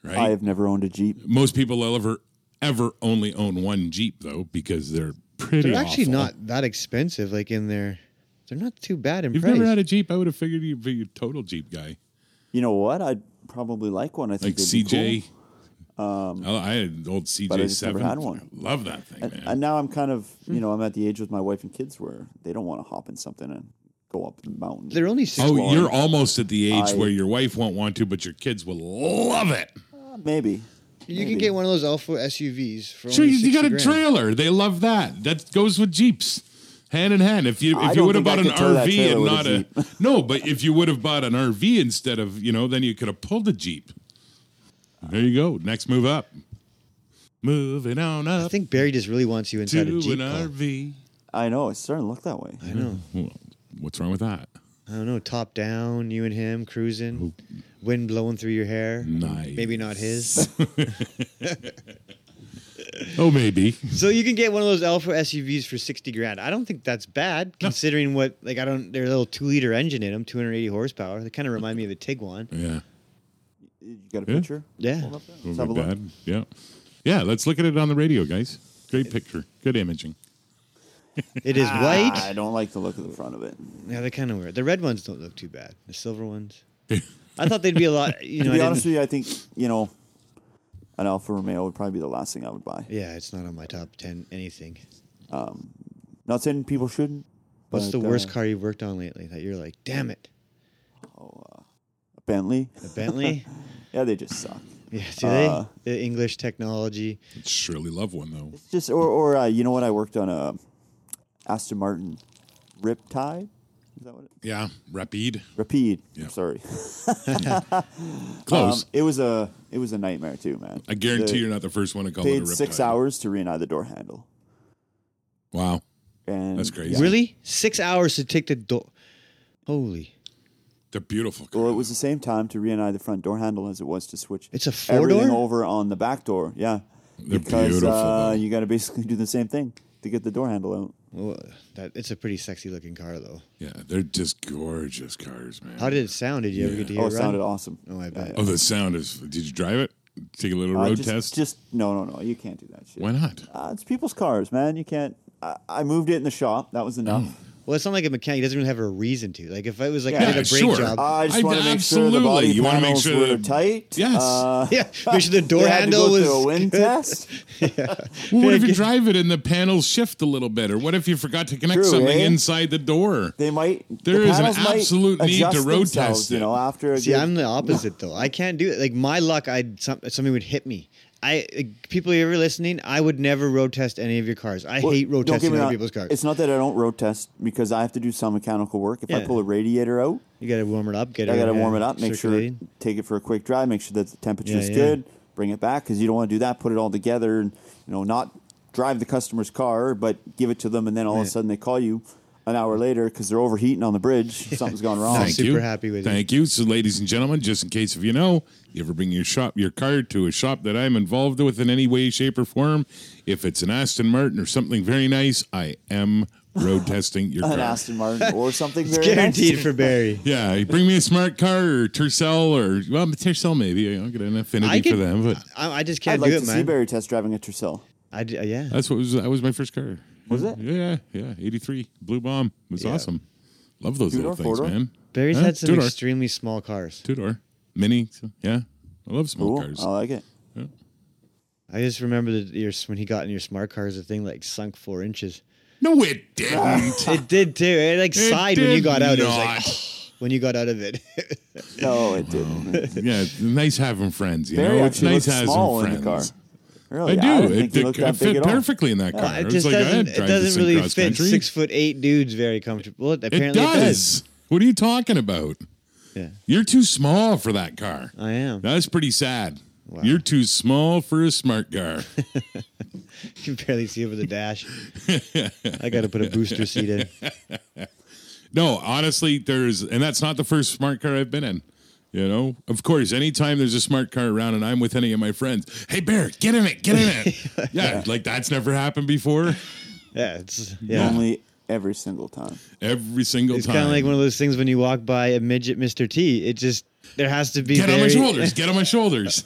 Speaker 1: right?
Speaker 3: I have never owned a Jeep.
Speaker 1: Most people will ever ever only own one Jeep though because they're pretty.
Speaker 2: They're actually
Speaker 1: awful.
Speaker 2: not that expensive. Like in their, they're not too bad in
Speaker 1: You've
Speaker 2: price.
Speaker 1: never had a Jeep. I would have figured you'd be a total Jeep guy,
Speaker 3: You know what? I'd probably like one. I think
Speaker 1: like
Speaker 3: they'd be
Speaker 1: CJ. Um, I had an old
Speaker 3: but
Speaker 1: CJ
Speaker 3: I just never
Speaker 1: seven.
Speaker 3: had one.
Speaker 1: Love that thing,
Speaker 3: cool.
Speaker 1: man.
Speaker 3: And now I'm kind of,
Speaker 2: Hmm.
Speaker 3: you know, I'm at the age with my wife and kids where they don't want to hop in something and go up the mountain.
Speaker 2: They're only six.
Speaker 1: oh,
Speaker 3: long.
Speaker 1: you're almost at the age
Speaker 3: I-
Speaker 1: where your wife won't want to, but your kids will love it.
Speaker 3: Uh, Maybe.
Speaker 2: you can
Speaker 3: maybe.
Speaker 2: get one of those Alpha SUVs for
Speaker 1: Sure,
Speaker 2: only
Speaker 1: you, you got
Speaker 2: 60
Speaker 1: a
Speaker 2: grand.
Speaker 1: trailer. They love that. That goes with Jeeps, hand in hand. If you
Speaker 3: I
Speaker 1: if you
Speaker 3: don't
Speaker 1: would have
Speaker 3: think
Speaker 1: bought
Speaker 3: I
Speaker 1: an
Speaker 3: could tow that
Speaker 1: RV
Speaker 3: trailer
Speaker 1: and
Speaker 3: with a
Speaker 1: not a, no, but if you would have bought an RV instead of you know, then you could have pulled a Jeep. There you go. Next move up. Moving on
Speaker 2: I
Speaker 1: up
Speaker 2: think Barry just really wants you
Speaker 1: to
Speaker 2: inside
Speaker 1: an
Speaker 2: a Jeep. Paul.
Speaker 1: RV.
Speaker 3: I know. It's starting to look that way.
Speaker 2: I know.
Speaker 1: Well, what's wrong with that?
Speaker 2: I don't know. Top down, you and him cruising, wind blowing through your hair.
Speaker 1: Nice.
Speaker 2: Maybe not his.
Speaker 1: Oh, maybe.
Speaker 2: so you can get one of those Alpha SUVs for sixty grand. I don't think that's bad considering what like I don't. Their little two liter engine in them, two hundred eighty horsepower. They kind of remind me of a Tiguan.
Speaker 1: Yeah.
Speaker 3: You got a
Speaker 1: Yeah.
Speaker 3: picture?
Speaker 2: Yeah.
Speaker 3: Hold up there. Let's
Speaker 1: Wouldn't
Speaker 3: have a
Speaker 1: be
Speaker 3: look.
Speaker 1: bad. Yeah. Yeah. Let's look at it on the radio, guys. Great picture. Good imaging.
Speaker 2: It is
Speaker 3: Ah, I
Speaker 2: white.
Speaker 3: don't like the look of the front of it.
Speaker 2: Yeah, they're kind of weird. The red ones don't look too bad. The silver ones. I thought they'd be a lot. You know,
Speaker 3: to be
Speaker 2: I
Speaker 3: honest
Speaker 2: didn't-
Speaker 3: with you, I think you know an Alfa Romeo would probably be the last thing I would buy.
Speaker 2: yeah, it's not on my top ten anything.
Speaker 3: Not saying people shouldn't.
Speaker 2: What's the
Speaker 3: but,
Speaker 2: worst
Speaker 3: uh,
Speaker 2: car you've worked on lately that you're like, damn it,
Speaker 3: Bentley.
Speaker 2: a Bentley?
Speaker 3: Yeah, they just suck.
Speaker 2: yeah, do they?
Speaker 3: Uh,
Speaker 2: the English technology.
Speaker 1: I'd surely love one, though.
Speaker 3: It's just or or uh, you know what? I worked on a Aston Martin Riptide. Is that what? It,
Speaker 1: Yeah. Rapide.
Speaker 3: Rapide.
Speaker 1: Yeah.
Speaker 3: Sorry. Um,
Speaker 1: Close.
Speaker 3: it was a it was a nightmare too, man.
Speaker 1: I guarantee
Speaker 3: the-
Speaker 1: you're not the first one to call it a
Speaker 3: Paid
Speaker 1: riptide.
Speaker 3: six hours to re the door handle.
Speaker 1: Wow.
Speaker 3: And
Speaker 1: That's crazy.
Speaker 3: yeah.
Speaker 2: Really? Six hours to take the door. Holy.
Speaker 1: They're beautiful.
Speaker 3: Well, it was the same time to re the front door handle as it was to switch.
Speaker 2: It's a four
Speaker 3: everything
Speaker 2: door?
Speaker 3: over on the back door. Yeah,
Speaker 1: They're
Speaker 3: because
Speaker 1: beautiful,
Speaker 3: uh,
Speaker 1: though.
Speaker 3: you got to basically do the same thing to get the door handle out.
Speaker 2: Well, that, it's a pretty sexy looking car, though.
Speaker 1: yeah. They're just gorgeous cars, man.
Speaker 2: How did it sound? Did you ever
Speaker 1: Yeah.
Speaker 2: get to hear
Speaker 3: Oh,
Speaker 2: it?
Speaker 3: it sounded
Speaker 2: run?
Speaker 3: awesome.
Speaker 2: Oh, I bet.
Speaker 1: oh, the sound is. Did you drive it? Take a little
Speaker 3: Uh,
Speaker 1: road
Speaker 3: just,
Speaker 1: test?
Speaker 3: Just no, no, no. You can't do that shit.
Speaker 1: Why not?
Speaker 3: Uh, it's people's cars, man. You can't. I, I moved it in the shop. That was enough.
Speaker 1: Oh.
Speaker 2: Well, it's not like a mechanic. He doesn't even have a reason to. Like, if I was like, I
Speaker 3: Yeah, Uh,
Speaker 2: did a brake
Speaker 1: sure.
Speaker 2: job.
Speaker 3: I just
Speaker 1: I-
Speaker 3: want to make sure the
Speaker 1: absolutely.
Speaker 3: body
Speaker 1: You wanna make
Speaker 3: panels
Speaker 1: sure
Speaker 3: were
Speaker 1: that-
Speaker 3: tight.
Speaker 1: Yes.
Speaker 3: Uh,
Speaker 2: yeah, make sure the door
Speaker 3: they had
Speaker 2: handle
Speaker 3: to go
Speaker 2: was.
Speaker 3: through a wind test.
Speaker 1: Well, what if you drive it and the panels shift a little bit? Or what if you forgot to connect
Speaker 3: True,
Speaker 1: something
Speaker 3: eh?
Speaker 1: inside the door?
Speaker 3: They might.
Speaker 1: There
Speaker 3: the
Speaker 1: is an
Speaker 3: panels might
Speaker 1: absolute need
Speaker 3: adjust
Speaker 1: to road
Speaker 3: themselves,
Speaker 1: test it.
Speaker 3: You know, after a
Speaker 2: See,
Speaker 3: good-
Speaker 2: I'm the opposite though. I can't do it. Like my luck, I'd some, something would hit me. I like, people ever listening? I would never road test any of your cars. I
Speaker 3: Well,
Speaker 2: hate road
Speaker 3: don't get
Speaker 2: testing
Speaker 3: me
Speaker 2: other
Speaker 3: wrong,
Speaker 2: people's cars.
Speaker 3: It's not that I don't road test because I have to do some mechanical work. If I
Speaker 2: Yeah.
Speaker 3: pull a radiator out,
Speaker 2: you got to warm it up. Get
Speaker 3: I
Speaker 2: it.
Speaker 3: got to
Speaker 2: yeah,
Speaker 3: warm it up, make sure,
Speaker 2: circulating.
Speaker 3: take it for a quick drive, make sure that the temperature is
Speaker 2: Yeah, yeah.
Speaker 3: good, bring it back because you don't want to do that. Put it all together and you know not drive the customer's car, but give it to them, and then all of a
Speaker 2: Right.
Speaker 3: sudden they call you an hour later because they're overheating on the bridge. Something's gone wrong.
Speaker 2: Nice. super happy with it.
Speaker 1: Thank you. So, ladies and gentlemen, just in case if you know, you ever bring your shop, your car to a shop that I'm involved with in any way, shape, or form, if it's an Aston Martin or something very nice, I am road testing your
Speaker 3: an
Speaker 1: car.
Speaker 3: Aston Martin or something.
Speaker 2: It's
Speaker 3: very nice.
Speaker 2: guaranteed for Barry.
Speaker 1: Yeah, bring me a smart car or Tercel or well, Tercel maybe. I don't get an affinity
Speaker 2: I
Speaker 1: for
Speaker 2: could-
Speaker 1: them, but
Speaker 2: I, I just
Speaker 3: I'd
Speaker 2: can't
Speaker 3: like
Speaker 2: do
Speaker 3: to
Speaker 2: it,
Speaker 3: see
Speaker 2: man.
Speaker 3: Barry test driving a Tercel.
Speaker 2: I d- uh, yeah.
Speaker 1: that's what was that was my first car.
Speaker 3: Was it?
Speaker 1: Yeah, yeah, eighty three blue bomb was
Speaker 2: Yeah.
Speaker 1: awesome. Love those
Speaker 3: Two-door,
Speaker 1: little things,
Speaker 3: four-door?
Speaker 1: man.
Speaker 2: Barry's
Speaker 1: Huh?
Speaker 2: had some
Speaker 1: two-door,
Speaker 2: extremely small cars.
Speaker 1: two-door, mini. so- Yeah, I love small
Speaker 3: Cool.
Speaker 1: cars.
Speaker 3: I like it.
Speaker 2: I just remember that your, when he got in your smart cars, the thing like sunk four inches.
Speaker 1: no, it didn't.
Speaker 2: It did too. It like
Speaker 1: It
Speaker 2: sighed when you
Speaker 1: did
Speaker 2: got out. It was
Speaker 1: not.
Speaker 2: like when you got out of it.
Speaker 3: No, it didn't.
Speaker 1: yeah, nice having friends. You
Speaker 3: Barry
Speaker 1: know, it's
Speaker 3: actually
Speaker 1: nice
Speaker 3: looks
Speaker 1: having
Speaker 3: small
Speaker 1: friends.
Speaker 3: in the car. Really,
Speaker 1: I do.
Speaker 3: didn't
Speaker 1: it
Speaker 3: think he
Speaker 1: did-
Speaker 3: looked
Speaker 1: it
Speaker 3: that big
Speaker 1: fit
Speaker 3: at all.
Speaker 1: perfectly in that car.
Speaker 2: it
Speaker 1: was
Speaker 2: just
Speaker 1: like, I'd
Speaker 2: doesn't. It
Speaker 1: drive this
Speaker 2: doesn't
Speaker 1: in
Speaker 2: really
Speaker 1: cross
Speaker 2: fit
Speaker 1: country.
Speaker 2: six foot eight dudes very comfortable. Well,
Speaker 1: It
Speaker 2: apparently it does.
Speaker 1: does. What are you talking about?
Speaker 2: Yeah,
Speaker 1: You're too small for that car.
Speaker 2: I am
Speaker 1: That's pretty sad. You're too small for a smart car.
Speaker 2: You can barely see over the dash. I got to put a booster seat in.
Speaker 1: no, honestly, there's, and that's not the first smart car I've been in. You know, of course, anytime there's a smart car around and I'm with any of my friends, hey, Bear, get in it, get in it. yeah, like that's never happened before.
Speaker 2: Yeah, it's yeah.
Speaker 3: Only every single time.
Speaker 1: Every single
Speaker 2: It's
Speaker 1: time.
Speaker 2: kind of like one of those things when you walk by a midget Mr. T. It just there has to be
Speaker 1: get on my
Speaker 2: very-
Speaker 1: shoulders, get on my shoulders.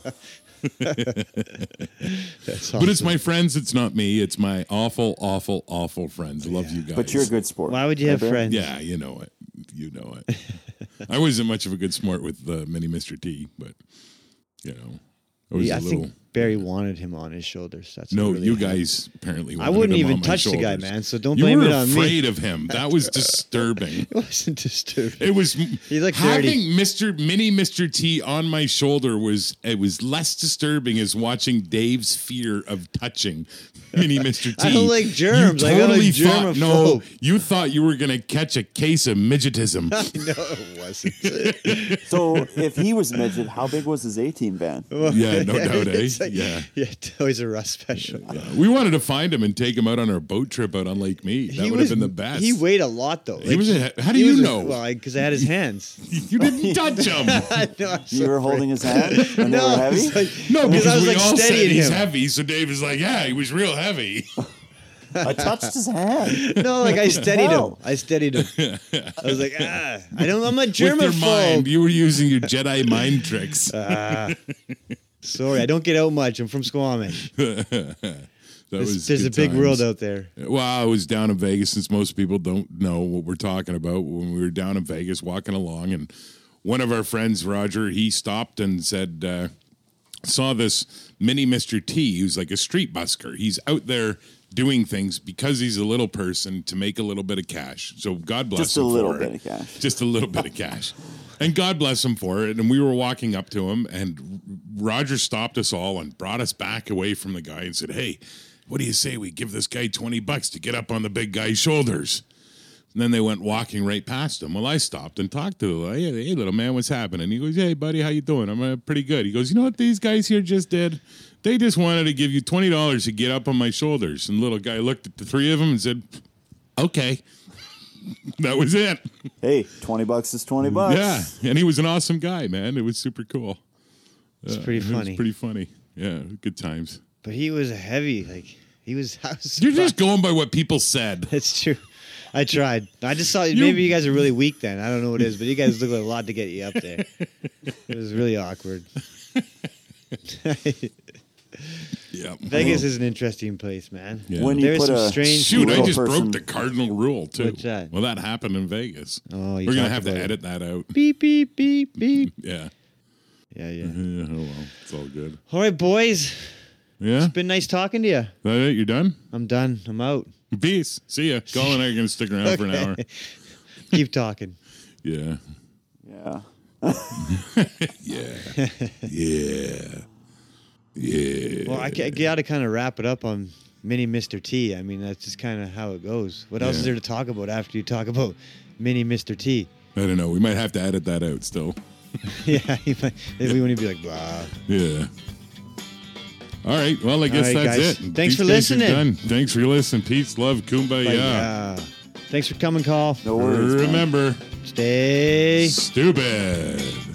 Speaker 2: That's
Speaker 1: But it's
Speaker 2: awesome.
Speaker 1: my friends. It's not me. It's my awful, awful, awful
Speaker 2: Oh,
Speaker 1: friends. I love you guys.
Speaker 3: But you're a good sport.
Speaker 2: Why would you
Speaker 3: Right,
Speaker 2: have
Speaker 3: Barry?
Speaker 2: friends?
Speaker 1: Yeah, you know it. You know it. I wasn't much of a good sport with uh, mini Mr. T, but you know, I was
Speaker 2: Yeah,
Speaker 1: a
Speaker 2: I
Speaker 1: little.
Speaker 2: think Barry wanted him on his shoulders. That's
Speaker 1: no,
Speaker 2: what really
Speaker 1: you
Speaker 2: happened.
Speaker 1: guys apparently.
Speaker 2: I
Speaker 1: wanted
Speaker 2: wouldn't
Speaker 1: him on
Speaker 2: even
Speaker 1: my
Speaker 2: touch the guy,
Speaker 1: shoulders.
Speaker 2: man. So don't
Speaker 1: You
Speaker 2: blame
Speaker 1: were
Speaker 2: it on me.
Speaker 1: afraid of him. That was disturbing.
Speaker 2: It wasn't disturbing.
Speaker 1: It was
Speaker 2: He looked
Speaker 1: having
Speaker 2: dirty.
Speaker 1: Mr. Mini Mr. T on my shoulder was it was less disturbing as watching Dave's fear of touching Mini Mr. T.
Speaker 2: I don't like
Speaker 1: You
Speaker 2: germs. I got a
Speaker 1: thought, no,
Speaker 2: germaphobe.
Speaker 1: you thought you were gonna catch a case of midgetism.
Speaker 2: no, it wasn't.
Speaker 3: So if he was midget, how big was his A team van?
Speaker 1: yeah, no doubt, eh?
Speaker 2: It's like-
Speaker 1: yeah.
Speaker 2: yeah, Toys R Us special.
Speaker 1: Yeah, we wanted to find him and take him out on our boat trip out on Lake Mead. That would have been the best.
Speaker 2: He weighed a lot though. Like,
Speaker 1: was a- how do
Speaker 2: he
Speaker 1: you
Speaker 2: was a-
Speaker 1: know?
Speaker 2: well, because I had his hands.
Speaker 1: you didn't touch him.
Speaker 2: I know, I'm
Speaker 3: You
Speaker 2: so
Speaker 3: were
Speaker 2: afraid.
Speaker 3: holding his hand when they were
Speaker 2: No,
Speaker 3: heavy.
Speaker 2: it's like,
Speaker 1: No, because
Speaker 2: I was
Speaker 1: we
Speaker 2: like
Speaker 1: all said
Speaker 2: steadying
Speaker 1: he's
Speaker 2: him.
Speaker 1: heavy. So Dave is like, yeah, he was real heavy.
Speaker 3: I touched his hand.
Speaker 2: No, like I steadied
Speaker 3: hell?
Speaker 2: him. I steadied him. I was like, ah, I don't. I'm a
Speaker 1: With your mind,
Speaker 2: germaphobe.
Speaker 1: you were using your Jedi mind tricks.
Speaker 2: Uh, Sorry, I don't get out much. I'm from Squamish.
Speaker 1: that
Speaker 2: There's,
Speaker 1: was
Speaker 2: there's a
Speaker 1: good
Speaker 2: big
Speaker 1: times.
Speaker 2: world out there.
Speaker 1: Well, I was down in Vegas since most people don't know what we're talking about. When we were down in Vegas walking along, and one of our friends, Roger, he stopped and said, uh, saw this mini Mr. T who's like a street busker. He's out there doing things because he's a little person to make a little bit of cash. So God bless
Speaker 3: Just a
Speaker 1: him.
Speaker 3: little
Speaker 1: for
Speaker 3: bit
Speaker 1: it.
Speaker 3: of cash.
Speaker 1: Just a little bit of cash. And God bless him for it. And we were walking up to him, and Roger stopped us all and brought us back away from the guy and said, Hey, what do you say we give this guy 20 bucks to get up on the big guy's shoulders? And then they went walking right past him. Well, I stopped and talked to him. Hey, hey, little man, what's happening? He goes, Hey, buddy, how you doing? I'm uh, pretty good. He goes, You know what these guys here just did? They just wanted to give you twenty dollars to get up on my shoulders. And the little guy looked at the three of them and said, "Okay." that was it.
Speaker 3: Hey, twenty bucks is twenty bucks.
Speaker 1: Yeah, and he was an awesome guy, man. It was super cool.
Speaker 2: It's pretty
Speaker 1: It was
Speaker 2: funny.
Speaker 1: pretty funny. Yeah, good times.
Speaker 2: but he was heavy. Like he was. I was
Speaker 1: You're
Speaker 2: surprised.
Speaker 1: just going by what people said.
Speaker 2: That's true. I tried. I just saw maybe you guys are really weak then. I don't know what it is, but you guys look like a lot to get you up there. It was really awkward.
Speaker 1: Yeah.
Speaker 2: Vegas is an interesting place, man.
Speaker 1: Yeah.
Speaker 3: When you
Speaker 2: There's
Speaker 3: put
Speaker 2: some
Speaker 3: a
Speaker 2: strange
Speaker 1: Shoot, I
Speaker 3: Little
Speaker 1: just
Speaker 3: person-
Speaker 1: broke the cardinal rule too.
Speaker 2: What's that?
Speaker 1: Well, that happened in Vegas.
Speaker 2: Oh, you
Speaker 1: we're gonna
Speaker 2: talked
Speaker 1: have to
Speaker 2: about it.
Speaker 1: edit that out.
Speaker 2: beep beep beep beep.
Speaker 1: Yeah.
Speaker 2: Yeah, yeah.
Speaker 1: Yeah, oh well, it's all good.
Speaker 2: All right, boys.
Speaker 1: Yeah,
Speaker 2: Been nice talking to you.
Speaker 1: that it? You're done.
Speaker 2: I'm done. I'm out.
Speaker 1: Peace. See ya. Colin and I are gonna stick around for an hour.
Speaker 2: Keep talking.
Speaker 1: Yeah,
Speaker 3: Yeah.
Speaker 1: yeah, yeah, yeah.
Speaker 2: Well, I, ca- I gotta kind of wrap it up on Mini Mr. T. I mean, that's just kind of how it goes. What else
Speaker 1: Yeah.
Speaker 2: is there to talk about after you talk about Mini Mr. T?
Speaker 1: I don't know. We might have to edit that out still.
Speaker 2: yeah, you might, we wouldn't be like, blah.
Speaker 1: Yeah. All right. Well, I guess
Speaker 2: right,
Speaker 1: that's
Speaker 2: guys.
Speaker 1: it.
Speaker 2: Thanks for
Speaker 1: guys are
Speaker 2: listening.
Speaker 1: done. Thanks for listening. Peace, love,
Speaker 2: Like,
Speaker 1: kumbaya.
Speaker 2: uh, thanks for coming, Call.
Speaker 3: No worries. man.
Speaker 1: Remember,
Speaker 2: Stay.
Speaker 1: stupid.